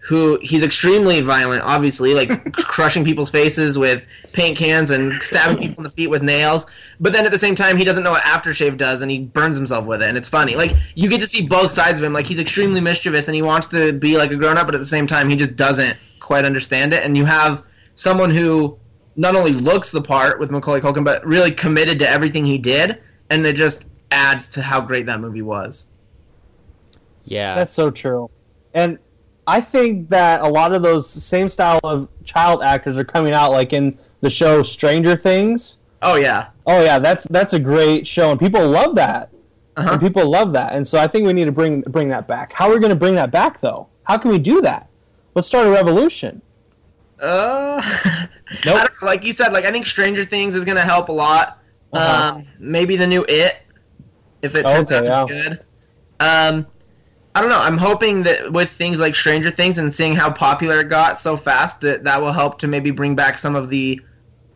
who he's extremely violent, obviously, like crushing people's faces with paint cans and stabbing people in the feet with nails. But then at the same time, he doesn't know what aftershave does, and he burns himself with it, and it's funny. Like you get to see both sides of him. Like he's extremely mischievous, and he wants to be like a grown up, but at the same time, he just doesn't quite understand it. And you have someone who not only looks the part with Macaulay Culkin, but really committed to everything he did, and it just adds to how great that movie was.
Yeah.
That's so true. And I think that a lot of those same style of child actors are coming out, like in the show Stranger Things.
Oh yeah,
Oh yeah, that's that's a great show, and people love that.
Uh-huh.
And people love that, and so I think we need to bring bring that back. How are we going to bring that back, though? How can we do that? Let's start a revolution.
Uh,
Nope.
I don't know, like you said, like I think Stranger Things is gonna help a lot.
Uh-huh.
Um, maybe the new It, if it turns
Okay,
out to be good. Um, I don't know. I'm hoping that with things like Stranger Things and seeing how popular it got so fast, that that will help to maybe bring back some of the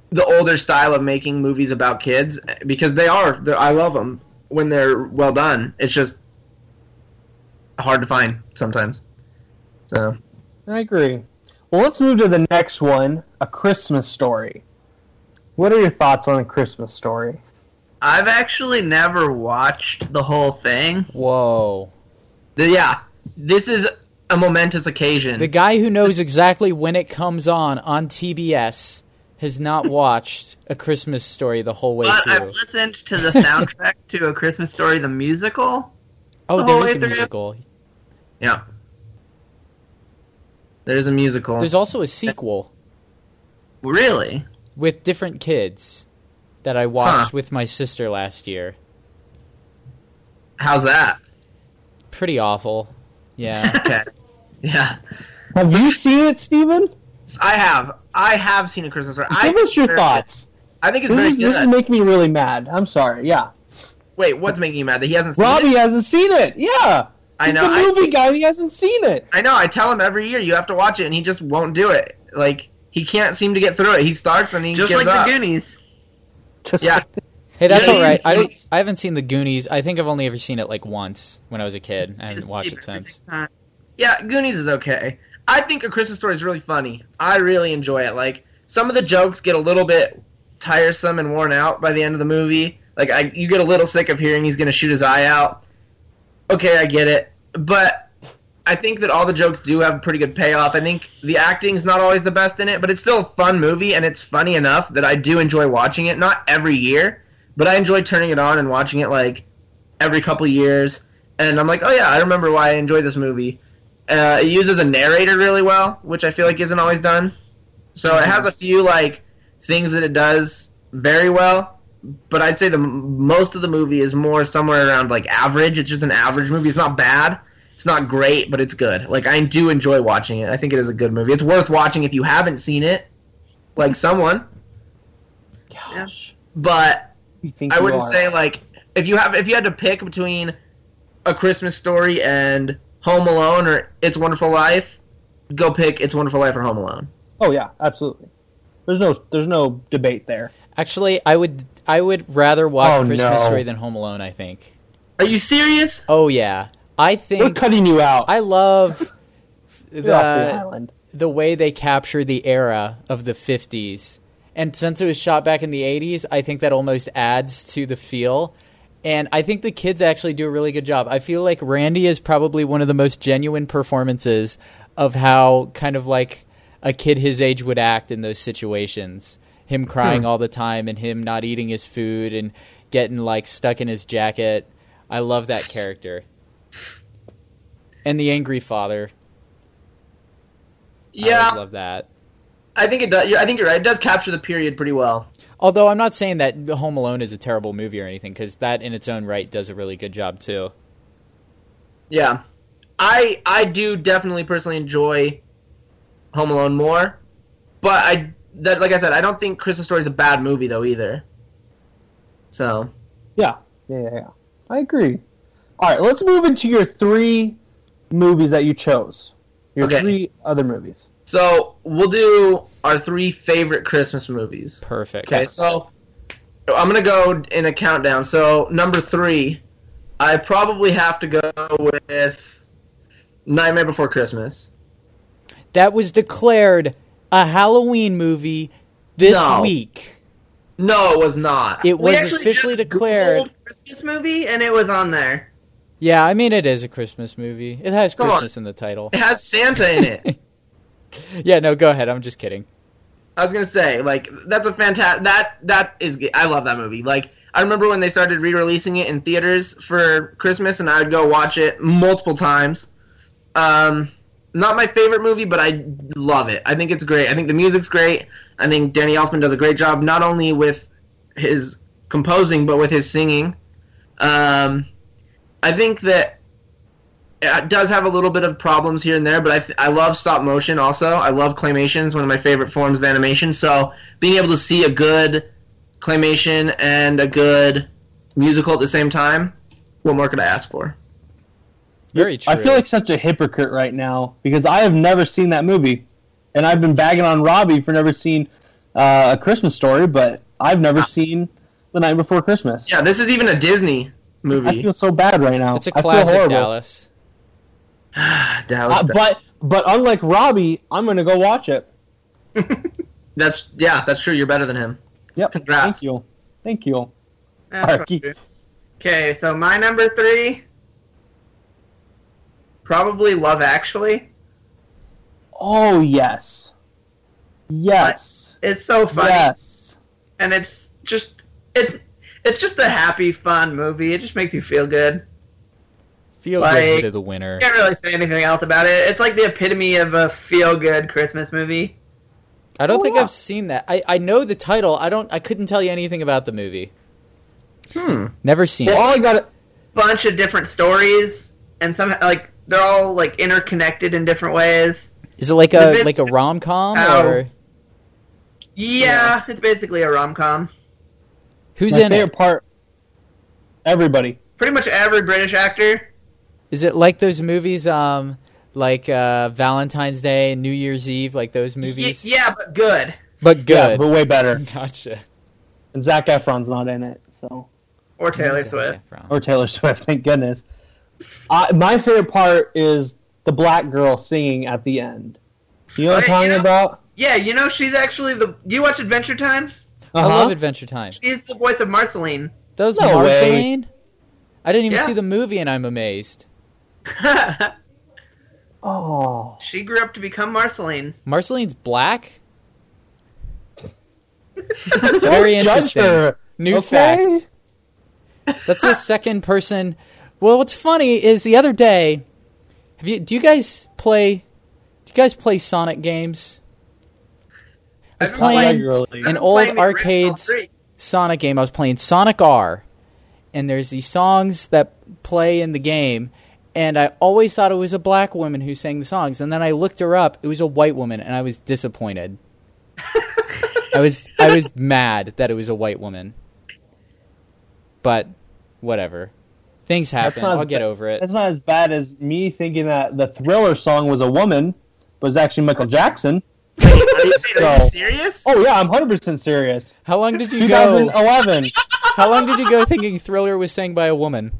the older style of making movies about kids because they are. They're, I love them when they're well done. It's just hard to find sometimes. So
I agree. Well, let's move to the next one: a Christmas story. What are your thoughts on a Christmas story?
I've actually never watched the whole thing.
Whoa.
th- yeah, this is a momentous occasion.
The guy who knows exactly when it comes on on TBS has not watched A Christmas Story the whole way
But I've
through.
listened to the soundtrack to A Christmas Story, the musical.
Oh,
the whole
there
way
is a
through.
musical.
Yeah. There's a musical.
There's also a sequel
Really?
with different kids that I watched
Huh.
with my sister last year.
How's that?
Pretty awful. Yeah.
Okay. yeah.
Have you seen it, Steven?
So I have. I have seen a Christmas story. I
Give us your thoughts.
I think it's
This
very
is,
good.
this is making me really mad. I'm sorry. Yeah,
Wait, what's making you mad? That he hasn't seen
Robbie
it?
hasn't seen it. Yeah,
I
he's
know, I-
the movie guy. and He hasn't seen it.
I know. I tell him every year you have to watch it, and he just won't do it. Like he can't seem to get through it. He starts and he
Just
gives
like
up.
the Goonies.
Just
Yeah.
like-
hey, that's
Yeah,
all right. I,
it's-
don't, I haven't seen The Goonies. I think I've only ever seen it like once when I was a kid. I haven't
Just
watched
sleep
it since.
every time.
Yeah, Goonies is okay. I think A Christmas Story is really funny. I really enjoy it. Like some of the jokes get a little bit tiresome and worn out by the end of the movie. Like I, you get a little sick of hearing he's going to shoot his eye out. Okay, I get it, but I think that all the jokes do have a pretty good payoff. I think the acting's not always the best in it, but it's still a fun movie and it's funny enough that I do enjoy watching it. Not every year, but I enjoy turning it on and watching it like every couple years. And I'm like, oh yeah, I remember why I enjoy this movie. Uh, it uses a narrator really well, which I feel like isn't always done. So it has a few like things that it does very well, but I'd say the m- most of the movie is more somewhere around like average. It's just an average movie. It's not bad. It's not great, but it's good. Like I do enjoy watching it. I think it is a good movie. It's worth watching if you haven't seen it, like someone.
Gosh.
But
you think
I
you
wouldn't
are.
say like if you have if you had to pick between a Christmas story and Home Alone or It's a Wonderful Life, go pick It's a Wonderful Life or Home Alone.
Oh yeah, absolutely. There's no there's no debate there.
Actually, I would I would rather watch
Oh,
Christmas
no.
Story than Home Alone, I think.
Are you serious?
Oh yeah. I
We're
think
cutting you out.
I love
Get off the
the
island.
the way they capture the era of the 50s. And since it was shot back in the 80s, I think that almost adds to the feel. And I think the kids actually do a really good job. I feel like Randy is probably one of the most genuine performances of how kind of like a kid his age would act in those situations. Him crying all the time and him not eating his food and getting like stuck in his jacket. I love that character. And the angry father. I
Yeah,
always love that.
I think it does. I think you're right. It does capture the period pretty well.
Although I'm not saying that Home Alone is a terrible movie or anything, because that in its own right does a really good job too.
Yeah, I I do definitely personally enjoy Home Alone more, but I that like I said, I don't think Christmas Story is a bad movie though either. So
Yeah. yeah, yeah, yeah. I agree. All right, let's move into your three movies that you chose. Your
Okay.
three other movies.
so we'll do our three favorite Christmas movies.
Perfect.
Okay, so I'm gonna go in a countdown. So number three, I probably have to go with Nightmare Before Christmas.
that was declared a Halloween movie this
No.
week.
No, it was not.
It
We
was
actually
officially
just
declared.
Googled Christmas movie, and it was on there.
Yeah, I mean it is a Christmas movie. It has
Come on.
Christmas in the title.
It has Santa in it.
Yeah, no, go ahead. I'm just kidding.
I was gonna say, like, that's a fantastic. That that is. g- I love that movie. Like, I remember when they started re-releasing it in theaters for Christmas, and I would go watch it multiple times. Um, not my favorite movie, but I love it. I think it's great. I think the music's great. I think Danny Elfman does a great job, not only with his composing, but with his singing. Um, I think that it does have a little bit of problems here and there, but I, th- I love stop motion also. I love claymation. It's one of my favorite forms of animation. So being able to see a good claymation and a good musical at the same time, what more could I ask for?
Very true.
I feel like such a hypocrite right now because I have never seen that movie, and I've been bagging on Robbie for never seeing uh, a Christmas story, but I've
Ah.
never seen the night before Christmas.
Yeah, this is even a Disney
I
movie.
feel so bad right now.
it's a
I feel
classic,
horrible.
Dallas.
Dallas,
Uh, but but unlike Robbie, I'm gonna go watch it.
that's yeah, that's true. You're better than him.
Yep.
Congrats.
Thank you. Thank you.
That's
Alright,
what
keep-
I do. Okay, so my number three, probably Love Actually.
Oh yes. Yes.
It's so funny,
Yes.
and it's just it's it's just a happy, fun movie. It just makes you feel good.
Feel
like-
good to the winner.
Can't really say anything else about it. It's like the epitome of a feel-good Christmas movie.
I don't think
yeah.
I've seen that. I, I know the title. I don't. I couldn't tell you anything about the movie.
Hmm.
Never seen
Well,
it.
all I got.
Bunch of different stories, and some like they're all like interconnected in different ways.
Is it like
the
a
bit-
like a rom com
Ow.
or
Yeah, it's basically a rom com.
who's
my
in
favorite
it?
part. Everybody.
Pretty much every British actor.
Is it like those movies? Um, like uh, Valentine's Day and New Year's Eve, like those movies.
Y- yeah, but good.
but
Yeah,
good.
but way better.
gotcha.
And Zach Efron's not in it, so
Or Taylor
Where's that
Swift.
from?
or Taylor Swift. Thank goodness. I, my favorite part is the black girl singing at the end. You know what I'm
Okay,
talking
you know-
about?
Yeah, you know she's actually the. Do you watch Adventure Time?
I
Uh-huh.
love Adventure Time.
She's the voice of Marceline.
Those
No way.
Marceline. I didn't even
Yeah.
see the movie, and I'm amazed.
Oh,
she grew up to become Marceline.
Marceline's black. It's very
Don't judge
interesting.
her,
New
okay?
fact. That's the second person. Well, what's funny is the other day. Have you? Do you guys play? Do you guys play Sonic games?
I've
It's
been
playing
playing-
Regularly.
I've
an
been
old
playing the original
arcades
three.
Sonic game. I was playing Sonic R, and there's these songs that play in the game, and I always thought it was a black woman who sang the songs, and then I looked her up. It was a white woman, and I was disappointed. I was I was mad that it was a white woman, but whatever. Things happen.
not as
I'll get
ba-
over it.
That's not as bad as me thinking that the Thriller song was a woman, but it's actually Michael Jackson.
Are you, are
So-
you serious?
Oh yeah, I'm 100% serious.
How long did you go?
2011
How long did you go thinking Thriller was sang by a woman?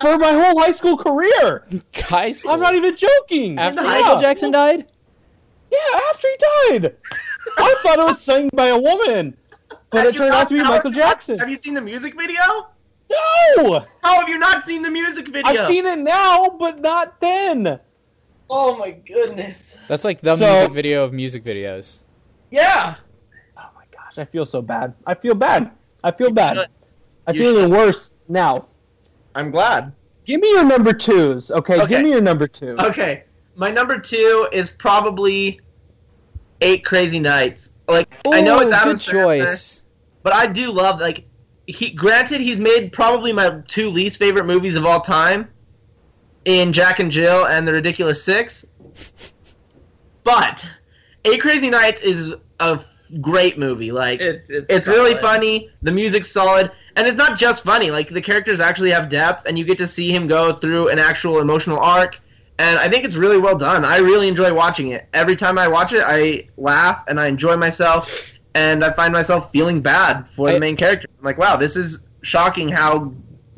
for my whole high school career.
Guys,
I'm not even joking.
after
Yeah.
Michael Jackson died.
Yeah, after he died. I thought it was sung by a woman, but it
You're
turned out
not-
to be
how
Michael
have you not-
Jackson.
Have you seen the music video?
No,
How have you not seen the music video?
I've seen it now, but not then.
Oh my goodness.
That's like the
So-
music video of music videos.
Yeah.
Oh my gosh, I feel so bad. I feel bad. I feel
should.
bad. I
You
feel even worse now.
I'm glad.
Give me your number twos, okay?
Okay.
Give me your number two.
Okay. My number two is probably Eight Crazy Nights. Like I know it's
Ooh,
Adam
good
Sandler,
choice.
but I do love like he. Granted, he's made probably my two least favorite movies of all time, in Jack and Jill and The Ridiculous Six. But Eight Crazy Nights is a great movie. Like
It's, it's,
It's really
solid.
funny. The music's solid, and it's not just funny. Like the characters actually have depth, and you get to see him go through an actual emotional arc. And I think it's really well done. I really enjoy watching it. Every time I watch it, I laugh and I enjoy myself, and I find myself feeling bad for
I-
the main character. I'm like, wow, this is shocking how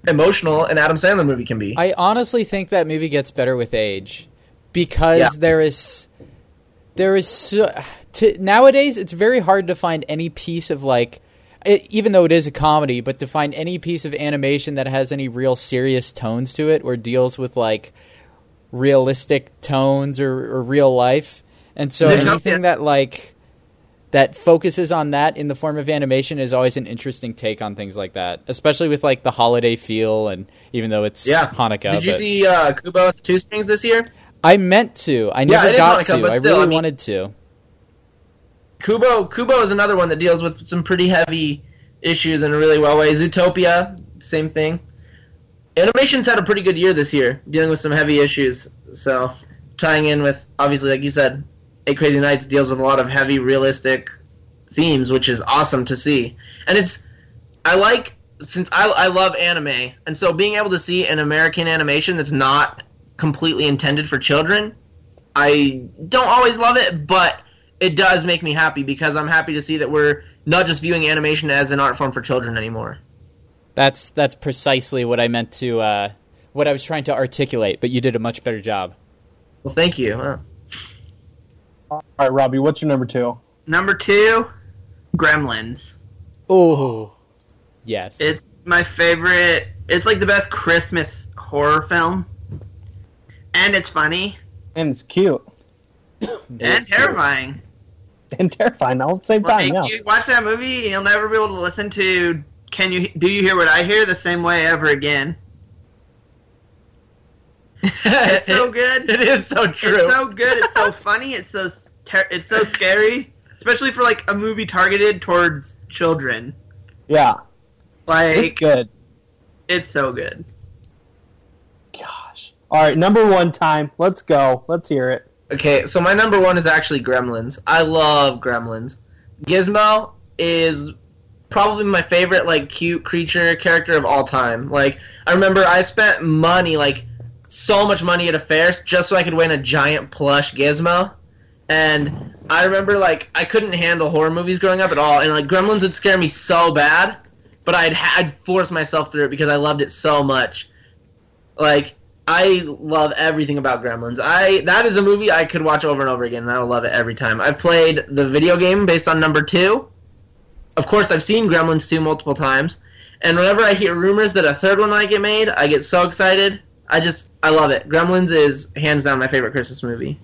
emotional an Adam Sandler movie can be.
I honestly think that movie gets better with age. because
Yeah.
there is there is so, to, nowadays it's very hard to find any piece of like it, even though it is a comedy but to find any piece of animation that has any real serious tones to it or deals with like realistic tones or, or real life and so
There's no-
anything that like that focuses on that in the form of animation is always an interesting take on things like that especially with like the holiday feel and even though it's
Yeah.
hanukkah
Did you
but-
see uh, Kubo with two strings this year?
I meant to. I never
it is
got
Hanukkah,
to.
but
I
still,
really
I mean-
wanted to.
Kubo Kubo is another one that deals with some pretty heavy issues in a really well way. Zootopia, same thing. Animation's had a pretty good year this year, dealing with some heavy issues. So tying in with obviously, like you said, Eight Crazy Nights deals with a lot of heavy, realistic themes, which is awesome to see. And it's I like since I I love anime, and so being able to see an American animation that's not completely intended for children, I don't always love it, but it does make me happy because I'm happy to see that we're not just viewing animation as an art form for children anymore.
That's that's precisely what I meant to. Uh, what I was trying to articulate, but you did a much better job.
Well, thank you. Uh,
All right, Robbie, what's your number two?
Number two, Gremlins.
Oh, yes.
It's my favorite. It's like the best Christmas horror film, and it's funny
And it's cute
and
it's cute.
terrifying.
and terrifying all at the same time.
Like,
Yeah.
you watch that movie, and you'll never be able to listen to "Can you do you hear what I hear?" the same way ever again. It's so good.
it is so true.
It's so good. It's so funny. It's so s- ter- it's so scary, especially for like a movie targeted towards children.
Yeah.
Like
It's good.
it's so good.
Gosh. All right, number one time. Let's go. Let's hear it.
okay, so my number one is actually Gremlins. I love Gremlins. Gizmo is probably my favorite like cute creature character of all time. Like I remember I spent money like so much money at a fair just so I could win a giant plush Gizmo. And I remember like I couldn't handle horror movies growing up at all and like Gremlins would scare me so bad, but I'd had forced myself through it because I loved it so much. Like I love everything about Gremlins. I that is a movie I could watch over and over again, and I will love it every time. I've played the video game based on number two. Of course, I've seen Gremlins two multiple times, and whenever I hear rumors that a third one might get made, I get so excited. I just I love it. Gremlins is hands down my favorite Christmas movie.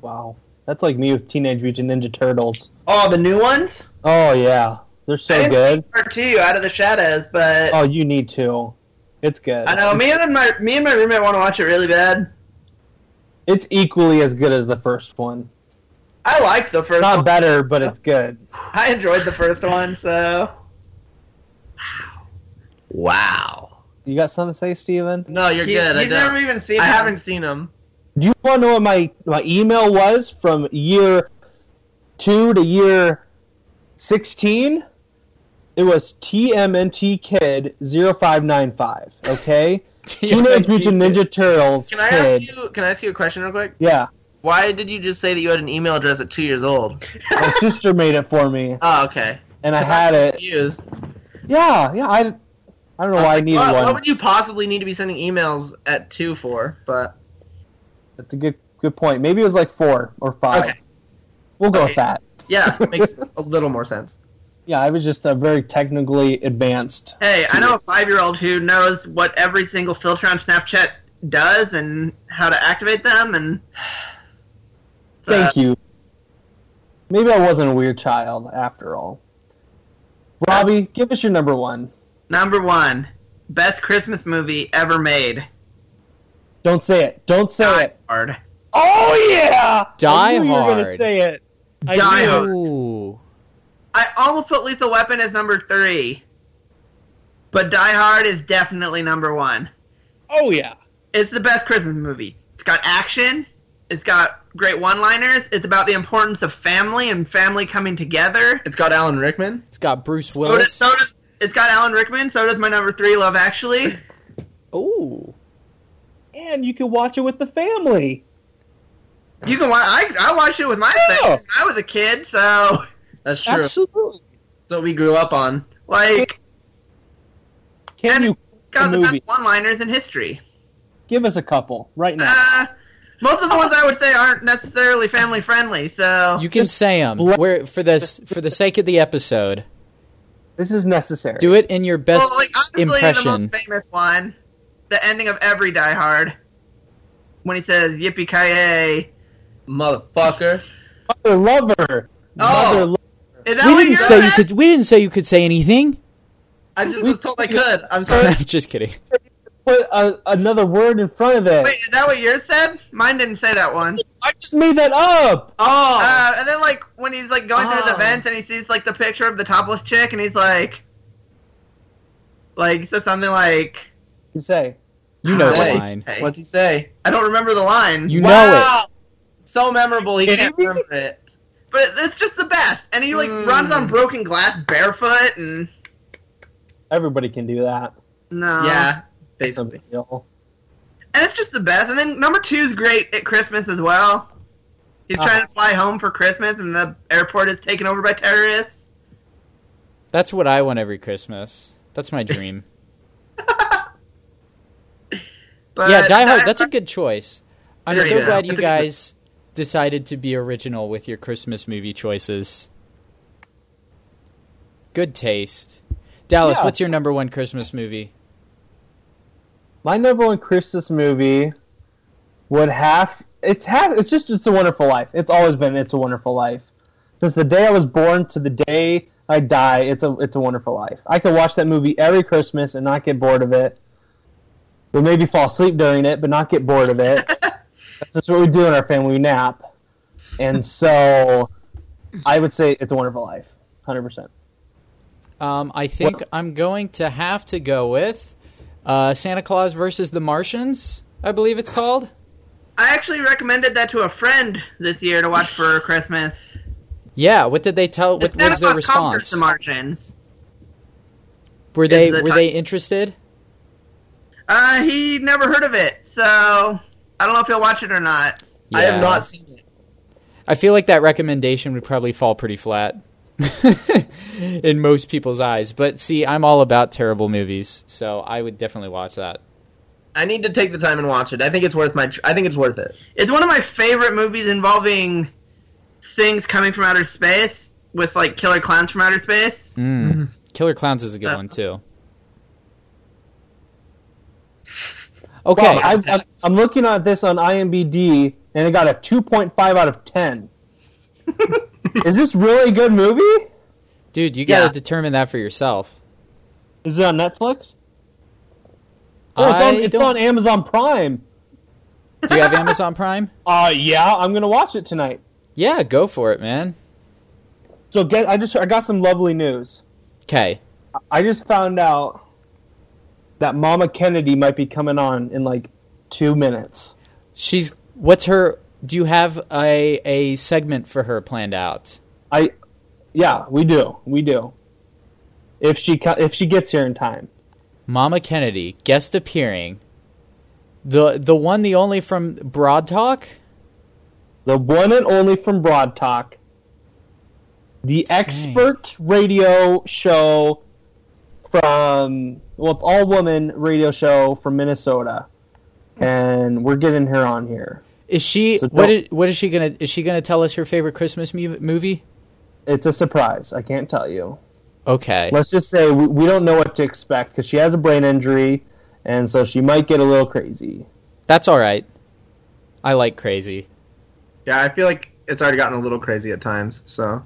Wow. That's like me with Teenage Mutant Ninja Turtles.
Oh, the new ones.
Oh, yeah. They're
I
so
didn't
good.
see Part two, Out of the Shadows, but
Oh, you need to. It's good.
I know me and my me and my roommate want to watch it really bad.
It's equally as good as the first one.
I liked the first
Not
one.
better, but it's good.
I enjoyed the first one, so
Wow.
You got something to say, Steven?
No, you're
He-
good. I
He's
don't.
never even seen.
I
them.
haven't seen them.
Do you want to know what my, my email was from year two to year 16? It was TMNT Kid 0595, okay? Teenage Mutant Ninja Turtles
Can I
Kid.
ask you? Can I ask you a question real quick?
yeah,
Why did you just say that you had an email address at two years old?
my sister made it for me,
Oh, okay.
and I had it.
Confused.
Yeah, yeah, I, I don't know why I
like,
needed
what,
one.
What would you possibly need to be sending emails at two for? But
That's a good good point. Maybe it was like four or five.
Okay.
We'll go
Okay,
with that.
yeah, makes a little more sense.
Yeah, I was just a very technically advanced.
Hey, I know a five-year-old who knows what every single filter on Snapchat does and how to activate them, and So,
Thank you. Maybe I wasn't a weird child after all. Robbie, give us your number one.
Number one, best Christmas movie ever made.
Don't say it. Don't say
Die
it.
Hard.
Oh yeah!
Die
I knew You were gonna
Hard.
say it. I
Die
knew.
Hard.
Ooh.
I almost put Lethal Weapon as number three, but Die Hard is definitely number one.
Oh yeah.
It's the best Christmas movie. It's got action. It's got great one-liners. It's about the importance of family and family coming together.
It's got Alan Rickman.
It's got Bruce
So does,
Willis.
so does, it's got Alan Rickman. So does my number three, Love Actually.
Ooh.
And you can watch it with the family.
You can watch. I, I watched it with my
Yeah.
family. when I was a kid, so
That's true. That's
Absolutely.
what we grew up on.
like
Can
And
you
got
The
the
movie.
best one-liners in history.
give us a couple right now?
Uh, Most of the ones I would say aren't necessarily family friendly. So
You can say them
bl-
where for this for the sake of the episode.
This is necessary.
Do it in your best
well, like honestly, the
impression.
most famous one, the ending of every Die Hard, when he says "Yippee ki yay."
Motherfucker.
Mother lover. Mother lo-
Is that
we
what
didn't
you're
say you
at?
could. We didn't say you could say anything.
I just was told I could. I'm sorry.
I'm just kidding.
put a, another word in front of it.
Wait, is that what yours said? Mine didn't say that one.
I just made that up.
Oh.
Uh, and then like when he's like going through
Oh.
the vents and he sees like the picture of the topless chick and he's like, like he says something like,
You say.
You know
Hey.
the line.
Hey.
What's he say?
I don't remember the line,
You know
wow. So memorable. He
Kidding
can't
me?
remember it.
but it's just the best. And he like
Mm.
runs on broken glass barefoot and
Everybody can do that.
no,
yeah.
It's no
Basically.
big deal.
and it's just the best. And then number two's great at Christmas as well. He's
Uh-huh.
trying to fly home for Christmas and the airport is taken over by terrorists.
it. That's what I want every Christmas. That's my dream.
But
yeah, Die Hard. That's a good choice. I'm
Yeah,
so
yeah.
glad you
It's a good-
guys decided to be original with your Christmas movie choices. Good taste. Dallas,
Yeah,
what's your
so-
number one Christmas movie?
My number one Christmas movie would have it's have it's just it's a wonderful life. It's always been it's a wonderful life. Since the day I was born to the day I die, it's a it's a wonderful life. I could watch that movie every Christmas and not get bored of it. But maybe fall asleep during it, but not get bored of it. That's just what we do in our family we nap. And so I would say it's a wonderful life. Hundred percent.
Um, I think I'm going to have to go with uh, Santa Claus versus the Martians. I believe it's called.
I actually recommended that to a friend this year to watch for Christmas.
Yeah. What did they tell? What
It's Santa
was their
Claus conquers
response?
the Martians.
Were they
is the
were
ti-
they interested?
Uh, he never heard of it, so I don't know if he'll watch it or not.
I
Yeah.
have not seen it.
I feel like that recommendation would probably fall pretty flat in most people's eyes. But see, I'm all about terrible movies, so I would definitely watch that.
I need to take the time and watch it. I think it's worth my. Tr- I think it's worth it.
It's one of my favorite movies involving things coming from outer space with like killer clowns from outer space.
Mm. Killer Clowns is a good
Uh,
one too. Okay,
Wow, I, I'm, I'm looking at this on IMDb, and it got a 2.5 out of 10. Is this really a good movie?
dude, you got to
Yeah.
determine that for yourself.
Is it on Netflix? No, it's
I
on, it's
don't-
on Amazon Prime.
Do you have Amazon Prime?
Uh, yeah, I'm gonna watch it tonight.
Yeah, go for it, man.
So get, I just I got some lovely news.
Okay,
I just found out that Mama Kennedy might be coming on in like two minutes.
she's what's her? Do you have a a segment for her planned out?
I, yeah, we do, we do. If she co- if she gets here in time.
Mama Kennedy guest appearing. The the one the only from Broad Talk.
the one and only from Broad Talk, the expert radio show from well, it's all woman radio show from Minnesota, and we're getting her on here.
Is she
So
what?
don't-
Is, what is she gonna? Is she gonna tell us her favorite Christmas mu- movie?
It's a surprise. I can't tell you.
Okay,
Let's just say we, we don't know what to expect because she has a brain injury, and so she might get a little crazy.
that's all right. I like crazy.
Yeah, I feel like it's already gotten a little crazy at times. So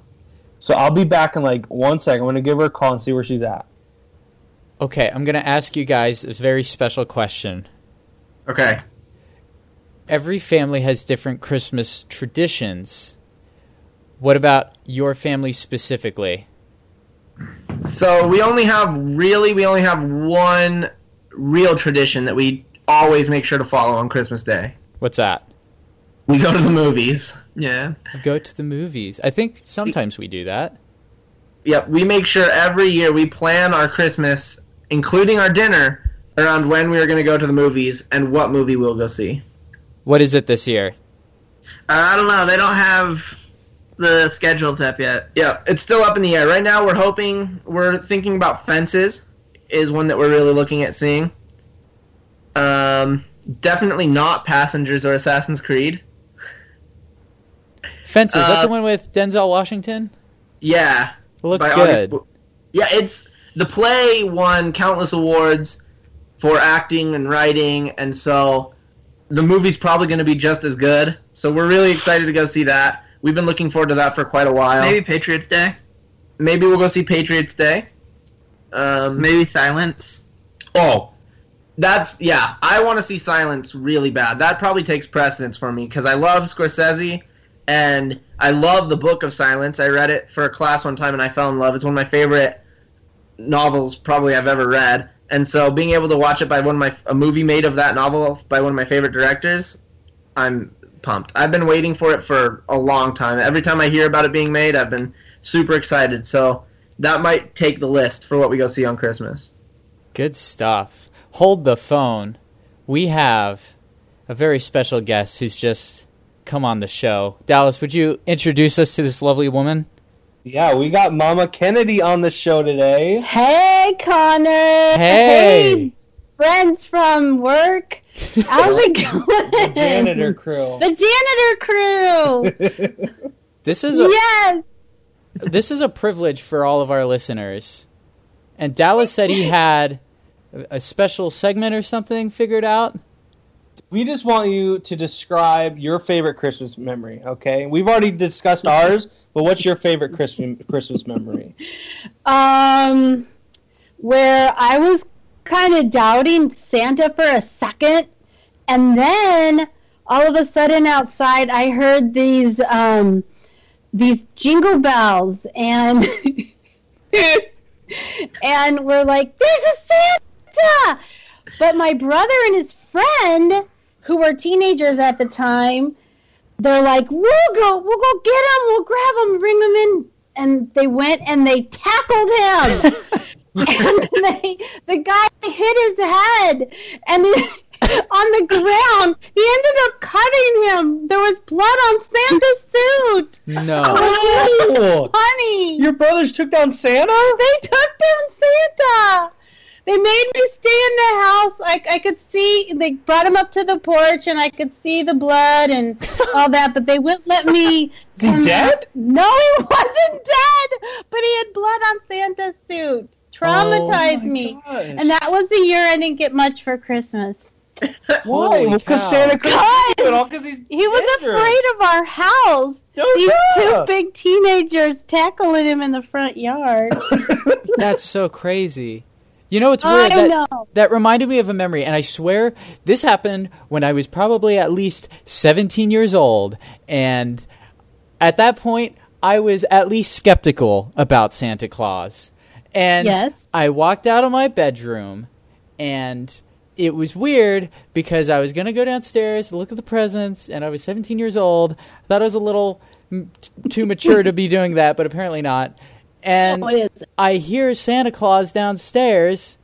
So I'll be back in like one second. I'm gonna give her a call and see where she's at.
Okay, I'm gonna ask you guys a very special question.
okay,
Every family has different Christmas traditions. What about your family specifically?
so we only have really we only have one real tradition that we always make sure to follow on Christmas Day.
What's that?
We go to the movies.
Yeah.
You go to the movies. I think sometimes we do that.
Yep, we make sure every year we plan our Christmas, including our dinner, around when we are going to go to the movies and what movie we'll go see.
What is it this year?
Uh, I don't know. They don't have the schedules up yet.
Yep, it's still up in the air. Right now, we're hoping we're thinking about Fences is one that we're really looking at seeing. Um, definitely not Passengers or Assassin's Creed.
Fences. that's
Uh,
the one with Denzel Washington.
Yeah,
Look
by August-
good.
yeah, it's the play won countless awards for acting and writing, and so the movie's probably going to be just as good. So we're really excited to go see that. We've been looking forward to that for quite a while.
Maybe Patriots Day.
Maybe we'll go see Patriots Day.
Mm.
Um,
Maybe Silence.
Oh, that's yeah. I want to see Silence really bad. That probably takes precedence for me because I love Scorsese and I love the Book of Silence. I read it for a class one time and I fell in love. It's one of my favorite novels probably I've ever read. And so being able to watch it by one of my a movie made of that novel by one of my favorite directors, I'm pumped. I've been waiting for it for a long time. Every time I hear about it being made, I've been super excited. So that might take the list for what we go see on Christmas.
Good stuff. Hold the phone. We have a very special guest who's just come on the show. Dallas, would you introduce us to this lovely woman?
Yeah, we got Mama Kennedy on the show today.
Hey, Connor.
Hey.
friends from work. How's it going?
The janitor crew.
The janitor crew.
This is a
yes.
this is a privilege for all of our listeners. And Dallas said he had a a special segment or something figured out.
we just want you to describe your favorite Christmas memory, okay? We've already discussed ours, but what's your favorite Christmas Christmas memory?
Um, where I was kind of doubting Santa for a second, and then all of a sudden outside, I heard these um, these jingle bells, and and we're like, "There's a Santa!" But my brother and his friend, who were teenagers at the time, they're like, "We'll go, we'll go get him, we'll grab him, bring him in." And they went and they tackled him. and they, the guy hit his head, and he, on the ground, he ended up cutting him. There was blood on Santa's suit.
No.
Oh,
Oh,
funny.
your brothers took down Santa?
They took down Santa. They made me stay in the house. I, I could see, they brought him up to the porch and I could see the blood and all that, but they wouldn't let me.
Is he dead?
No, he wasn't dead, but he had blood on Santa's suit. Traumatized
Oh my
me.
gosh.
And that was the year I didn't get much for Christmas.
Why?
Holy
Because
cow.
Santa couldn't
Because
do it all because he's
He was
injured.
afraid of our house.
Oh,
These
yeah.
two big teenagers tackling him in the front yard.
That's so crazy. You know it's
I
weird that,
know.
that reminded me of a memory and I swear this happened when I was probably at least 17 years old and at that point I was at least skeptical about Santa Claus. And
Yes.
I walked out of my bedroom and it was weird because I was going to go downstairs to look at the presents and I was 17 years old. I thought I was a little m- t- too mature to be doing that, but apparently not. And
Oh, it is.
I hear Santa Claus downstairs,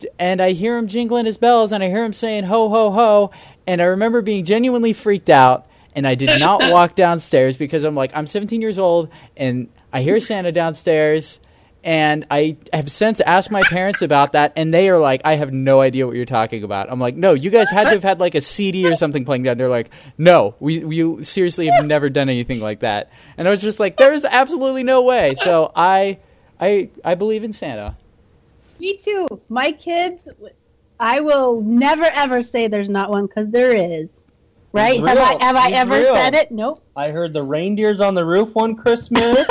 d- and I hear him jingling his bells, and I hear him saying "ho ho ho," and I remember being genuinely freaked out, and I did not walk downstairs because I'm like I'm 17 years old, and I hear Santa downstairs, and I have since asked my parents about that, and they are like, I have no idea what you're talking about. I'm like, no, you guys had to have had like a CD or something playing that. They're like, no, we we seriously have never done anything like that, and I was just like, there's absolutely no way. So I. I I believe in Santa.
Me too. My kids, I will never ever say there's not one because there is. Right?
He's
Have I
real.
have I
He's
ever
real.
said it? Nope.
I heard the reindeers on the roof one Christmas.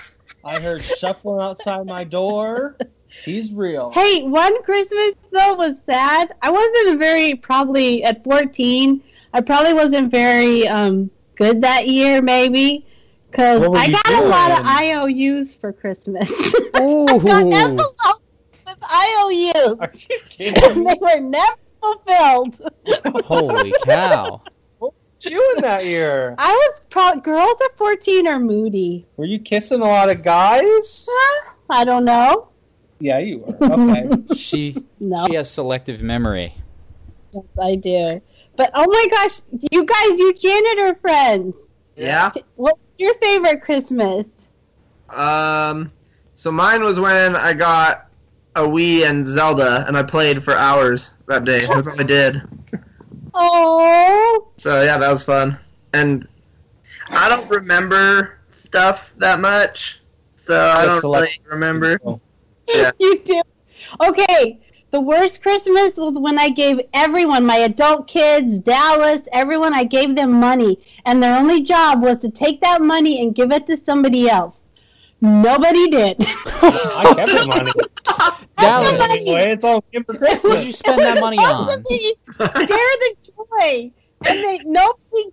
I heard shuffling outside my door. He's real.
Hey, one Christmas though was sad. I wasn't very probably at 14. I probably wasn't very um, good that year, maybe, because
What were
I
you
got a lot of
doing?
IOUs for Christmas.
Ooh.
I got envelopes with IOUs,
Are you kidding?
and they were never fulfilled.
Holy cow!
Doing that year?
I was pro- girls at 14 are moody.
Were you kissing a lot of guys?
Huh? I don't know.
Yeah, you were. Okay.
She
No,
she has selective memory.
yes, I do. But oh my gosh, you guys, you janitor friends,
Yeah.
what's your favorite Christmas?
Um. So mine was when I got a Wii and Zelda, and I played for hours that day. That's all I did.
Oh,
So yeah, that was fun. And
I don't remember stuff that much, so I
Just
don't
select-
really remember.
Yeah.
you do. Okay, the worst Christmas was when I gave everyone, my adult kids, Dallas, everyone, I gave them money, and their only job was to take that money and give it to somebody else. Nobody did.
I kept the money.
Dallas,
Somebody-
what
Anyway, it's all good for
did
Christmas.
you spend that money on?
Possibly Share the joy, and they nobody,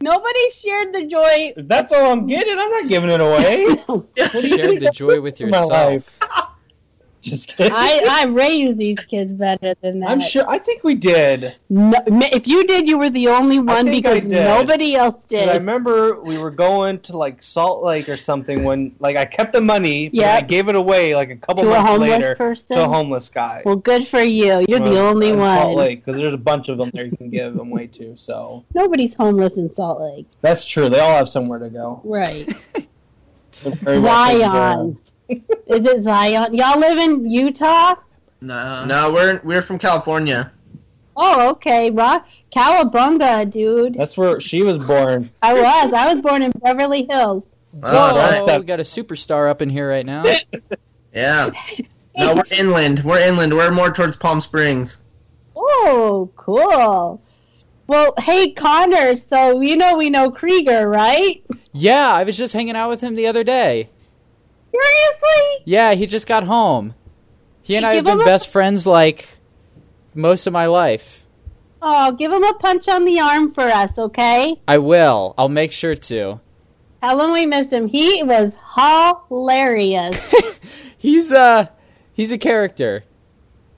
nobody shared the joy.
If That's all I'm getting. I'm not giving it away.
Share the joy with
My
yourself.
Just kidding.
I, I raised these kids better than that.
I'm sure. I think we did.
No, ma- if you did, you were the only one
think I
because
did.
nobody else
'Cause I
did.
remember we were going to like Salt Lake or something when like I kept the money, but
Yeah.
I gave it away like a couple
To a
months
homeless
later
person.
to a homeless guy.
Well, good for you. You're the
Uh,
only
in
one.
Salt Lake because there's a bunch of them there you can give them away to. So
Nobody's homeless in Salt Lake.
that's true. They all have somewhere to go.
Right.
They're very uh, well taken care of.
Zion. Is it Zion? Y'all live in Utah?
No,
no, we're we're from California.
Oh, okay. Rock Calabunga, dude.
That's where she was born.
I was. I was born in Beverly Hills.
Oh, nice.
that-
we got a superstar up in here right now.
Yeah. No, we're inland. We're inland. We're more towards Palm Springs.
Oh, cool. Well, hey Connor, so you know we know Krieger, right?
Yeah, I was just hanging out with him the other day.
Seriously?
Yeah, he just got home. He and I have
Give him
been
a-
best friends like most of my life.
Oh, give him a punch on the arm for us, okay?
I will. I'll make sure to.
How long we missed him? He was hilarious.
He's uh he's a character.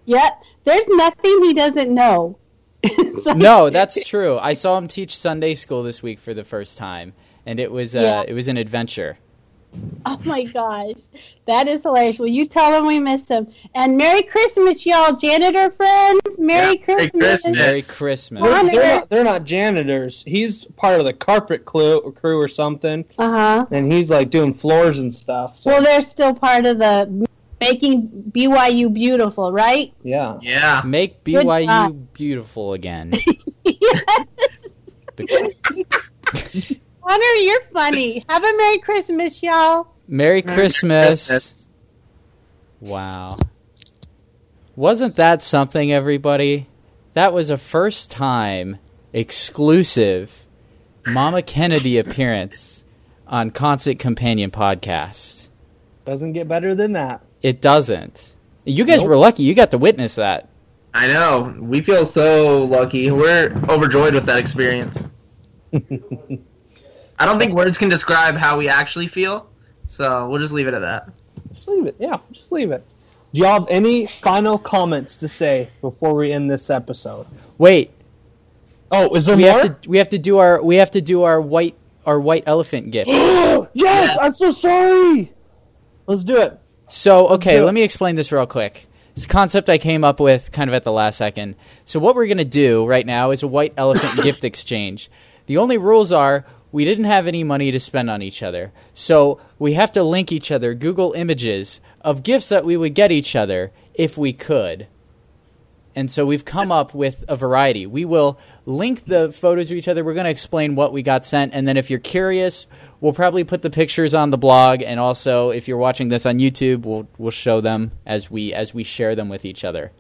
yep. There's nothing he doesn't know. It's like-
No, that's true. I saw him teach Sunday school this week for the first time, and it was uh
Yeah.
it was an adventure.
Oh my gosh, that is hilarious. Will you tell them we miss them? And Merry Christmas, y'all, janitor friends. Merry
Yeah, Merry
Christmas.
Christmas.
Merry
Yes.
Christmas.
What?
They're,
Connor.
they're not, they're not janitors. He's part of the carpet crew, crew or something,
Uh huh.
and he's like doing floors and stuff. So
Well, they're still part of the making BYU beautiful, right?
yeah,
Yeah.
Make
Good
BYU
job.
beautiful again.
yes.
The-
Connor, you're funny. Have a Merry Christmas, y'all.
Merry Christmas.
Christmas.
Wow. Wasn't that something, everybody? That was a first time exclusive Mama Kennedy appearance on Concert Companion podcast.
doesn't get better than that.
It doesn't. You guys
Nope.
were lucky. You got to witness that.
I know. We feel so lucky. We're overjoyed with that experience. I don't think words can describe how we actually feel, so we'll just leave it at that.
Just leave it. Yeah, just leave it. Do y'all have any final comments to say before we end this episode?
Wait,
Oh, is there
we
more?
have to we have to do our we have to do our white our white elephant gift.
yes, I'm so sorry. Let's do it.
So, okay,
do it.
let me explain this real quick. This concept I came up with kind of at the last second. So, what we're going to do right now is a white elephant gift exchange. The only rules are we didn't have any money to spend on each other. So, we have to link each other Google images of gifts that we would get each other if we could. And so we've come up with a variety. We will link the photos to each other. We're going to explain what we got sent. And then if you're curious, we'll probably put the pictures on the blog. And also, if you're watching this on YouTube, we'll, we'll show them as we, as we share them with each other.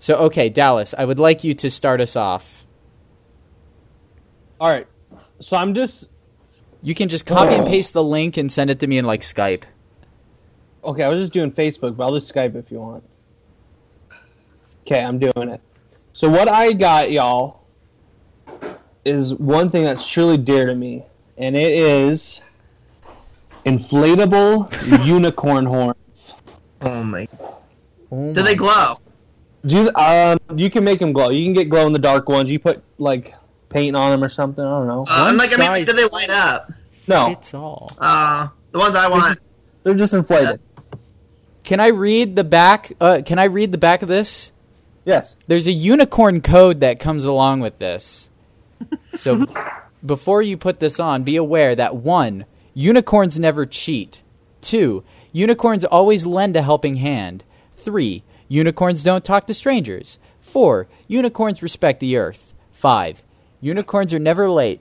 So, okay, Dallas, I would like you to start us off.
All right. So I'm just
You can just copy and paste the link and send it to me in like Skype.
okay. I was just doing Facebook, but I'll just Skype if you want. Okay, I'm doing it. So what I got, y'all, is one thing that's truly dear to me, and it is inflatable unicorn horns.
Oh my.
Oh
do
my-
they glow?
Do you, um, you can make them glow. You can get glow in the dark ones. You put like paint on them or something. I don't know.
Uh,
One
and like I mean,
size-
like, do they light up?
No,
It's all.
Uh, the ones I want.
they're just inflated.
Can I read the back? Uh, can I read the back of this?
Yes.
there's a unicorn code that comes along with this. So before you put this on, be aware that one, unicorns never cheat. Two, Unicorns always lend a helping hand. 3. Unicorns don't talk to strangers. 4. Unicorns respect the earth. 5. Unicorns are never late.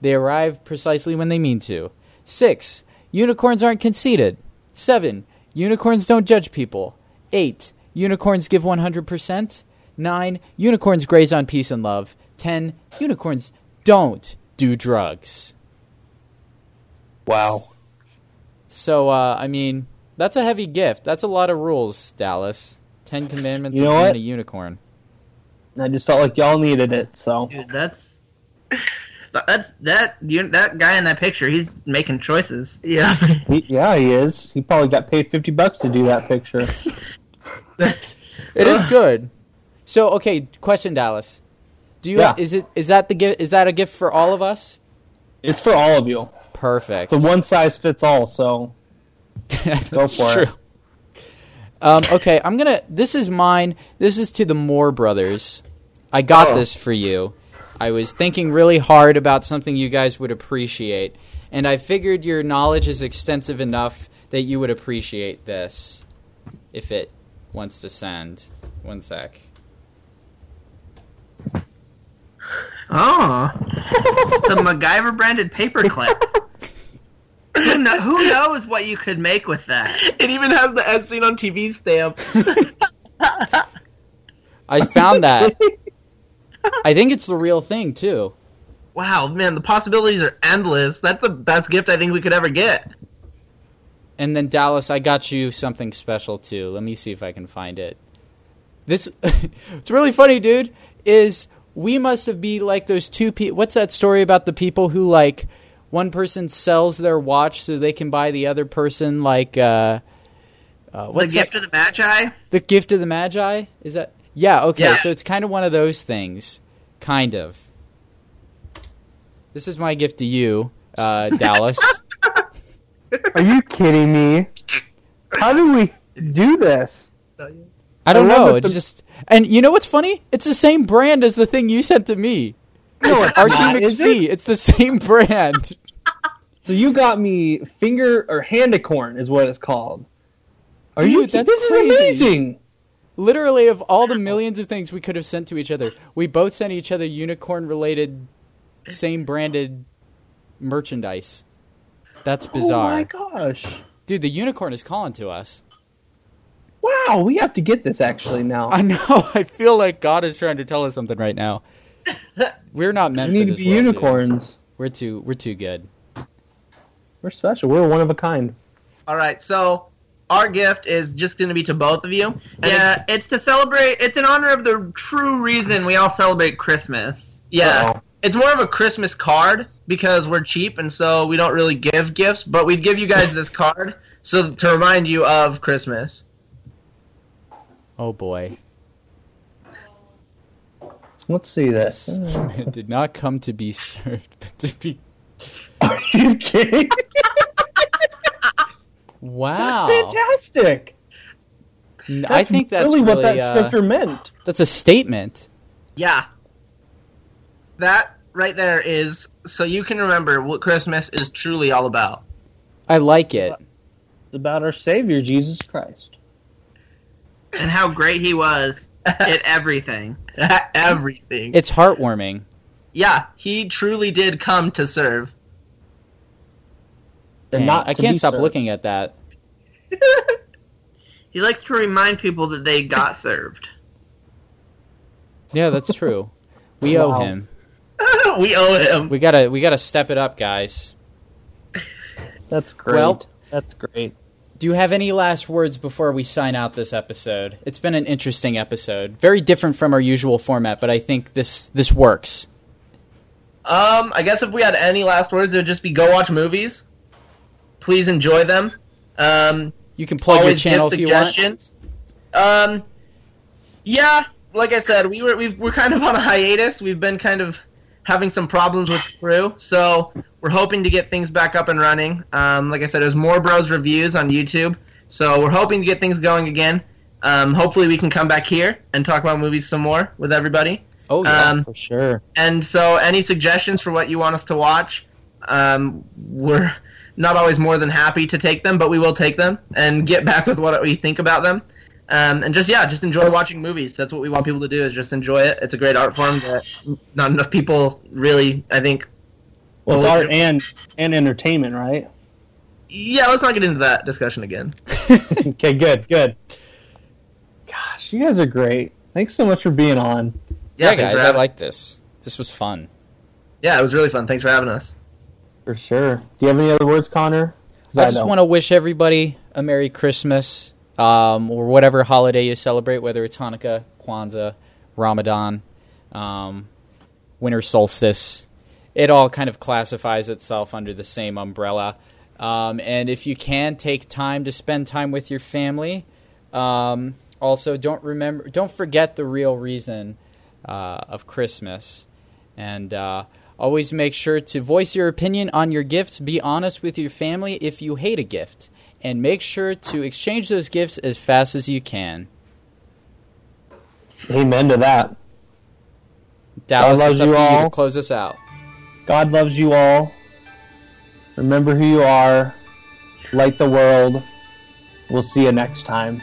They arrive precisely when they mean to. 6. Unicorns aren't conceited. 7. Unicorns don't judge people. 8. Unicorns give 100%. 9. Unicorns graze on peace and love. 10. Unicorns don't do drugs.
Wow.
So, uh, I mean, that's a heavy gift. That's a lot of rules, Dallas. Ten commandments
You know
and
what?
a unicorn.
I just felt like y'all needed it, so
Dude, that's that's that you, that guy in that picture. He's making choices. Yeah,
he, yeah, he is. He probably got paid fifty bucks to do that picture.
It is good. So, okay, question, Dallas. Do you
Yeah.
is it is that the gift is that a gift for all of us?
It's for all of you.
Perfect.
It's a one size fits all. So Go
That's
for it.
Um, okay, I'm gonna. This is mine. This is to the Moore brothers. I got
Oh.
this for you. I was thinking really hard about something you guys would appreciate, and I figured your knowledge is extensive enough that you would appreciate this. If it wants to send, one sec.
Oh, the MacGyver branded paperclip. who, kno- who knows what you could make with that?
It even has the as seen on TV stamp.
I found that. I think it's the real thing too.
Wow, man, the possibilities are endless. That's the best gift I think we could ever get.
And then Dallas, I got you something special too. Let me see if I can find it. This it's really funny, dude. Is we must have be like those two people. What's that story about the people who like one person sells their watch so they can buy the other person like uh, uh
The
what's that-
gift of the Magi.
the gift of the magi? Is that yeah? Okay,
Yeah.
so it's kind of one of those things, kind of. This is my gift to you, uh, Dallas.
are you kidding me? How do we do this?
I don't
I love
know.
that
It's
the-
just and you know what's funny? It's the same brand as the thing you sent to me.
No, it's
Archie
not, is it?
McPhee. It's the same brand.
So you got me finger or handicorn is what it's called. Are
Dude,
you?
that's
this
crazy.
is amazing.
Literally, of all the millions of things we could have sent to each other, we both sent each other unicorn-related, same branded merchandise. That's
Oh my
bizarre,
gosh!
dude. The unicorn is calling to us.
Wow, we have to get this actually now.
I know. I feel like God is trying to tell us something right now. We're not meant
we need to
for this
be
world, dude.
unicorns.
We're too. We're too good.
We're special. We're one of a kind.
All right, so our gift is just going to be to both of you. And it's-
Yeah, it's to celebrate. It's in honor of the true reason we all celebrate Christmas. Oh.
yeah.
Uh-oh.
It's more of a Christmas card because we're cheap and so we don't really give gifts, but we'd give you guys this card so to remind you of Christmas.
Oh boy.
Let's see this.
It did not come to be served, but to be.
Are you kidding?
Wow.
Fantastic.
N- I think that's
really,
really,
what that
uh,
scripture meant.
that's a statement.
Yeah. That right there is so you can remember what Christmas is truly all about.
I like it.
It's about our Savior Jesus Christ.
And how great he was at everything.
e-, Everything.
It's heartwarming.
yeah, he truly did come to serve.
They're
Dang,
not
I
to
can't
be
stop
served.
looking at that.
He likes to remind people that they got served.
Yeah, that's true. We owe
Wow.
him.
we owe him.
We gotta we gotta step it up, guys.
That's great.
Well-
That's great.
Do you have any last words before we sign out this episode? It's been an interesting episode. Very different from our usual format, but I think this this works.
Um, I guess if we had any last words, it would just be go watch movies. Please enjoy them. Um,
You can plug your
always
channel
give
if you want.
suggestions. Um, yeah, like I said, we were we've, we're kind of on a hiatus. We've been kind of having some problems with crew, so we're hoping to get things back up and running. Um, like I said, there's more Bros reviews on YouTube, so we're hoping to get things going again. Um, hopefully, we can come back here and talk about movies some more with everybody.
Oh yeah.
Um,
For sure.
and so, any suggestions for what you want us to watch? Um, we're not always more than happy to take them, but we will take them and get back with what we think about them. Um, and just yeah, just enjoy watching movies. That's what we want people to do is just enjoy it. It's a great art form that not enough people really, I think.
Well, it's
will
art
do.
and and entertainment, right?
yeah, let's not get into that discussion again.
Okay, good, good. Gosh, you guys are great. Thanks so much for being on.
Yeah,
thanks
guys,
for
I
having-
like this. This was fun.
Yeah, it was really fun. Thanks for having us.
For sure. Do you have any other words, Connor? 'Cause
I just
don't.
want to wish everybody a Merry Christmas um, or whatever holiday you celebrate, whether it's Hanukkah, Kwanzaa, Ramadan, um, winter solstice. It all kind of classifies itself under the same umbrella. Um, and if you can take time to spend time with your family, um, also don't remember, don't forget the real reason uh, of Christmas. And uh, always make sure to voice your opinion on your gifts. Be honest with your family if you hate a gift. And make sure to exchange those gifts as fast as you can.
Amen to that.
Dallas,
love
it's up
you
to you to
all.
close us out.
God loves you all. Remember who you are. Light the world. We'll see you next time.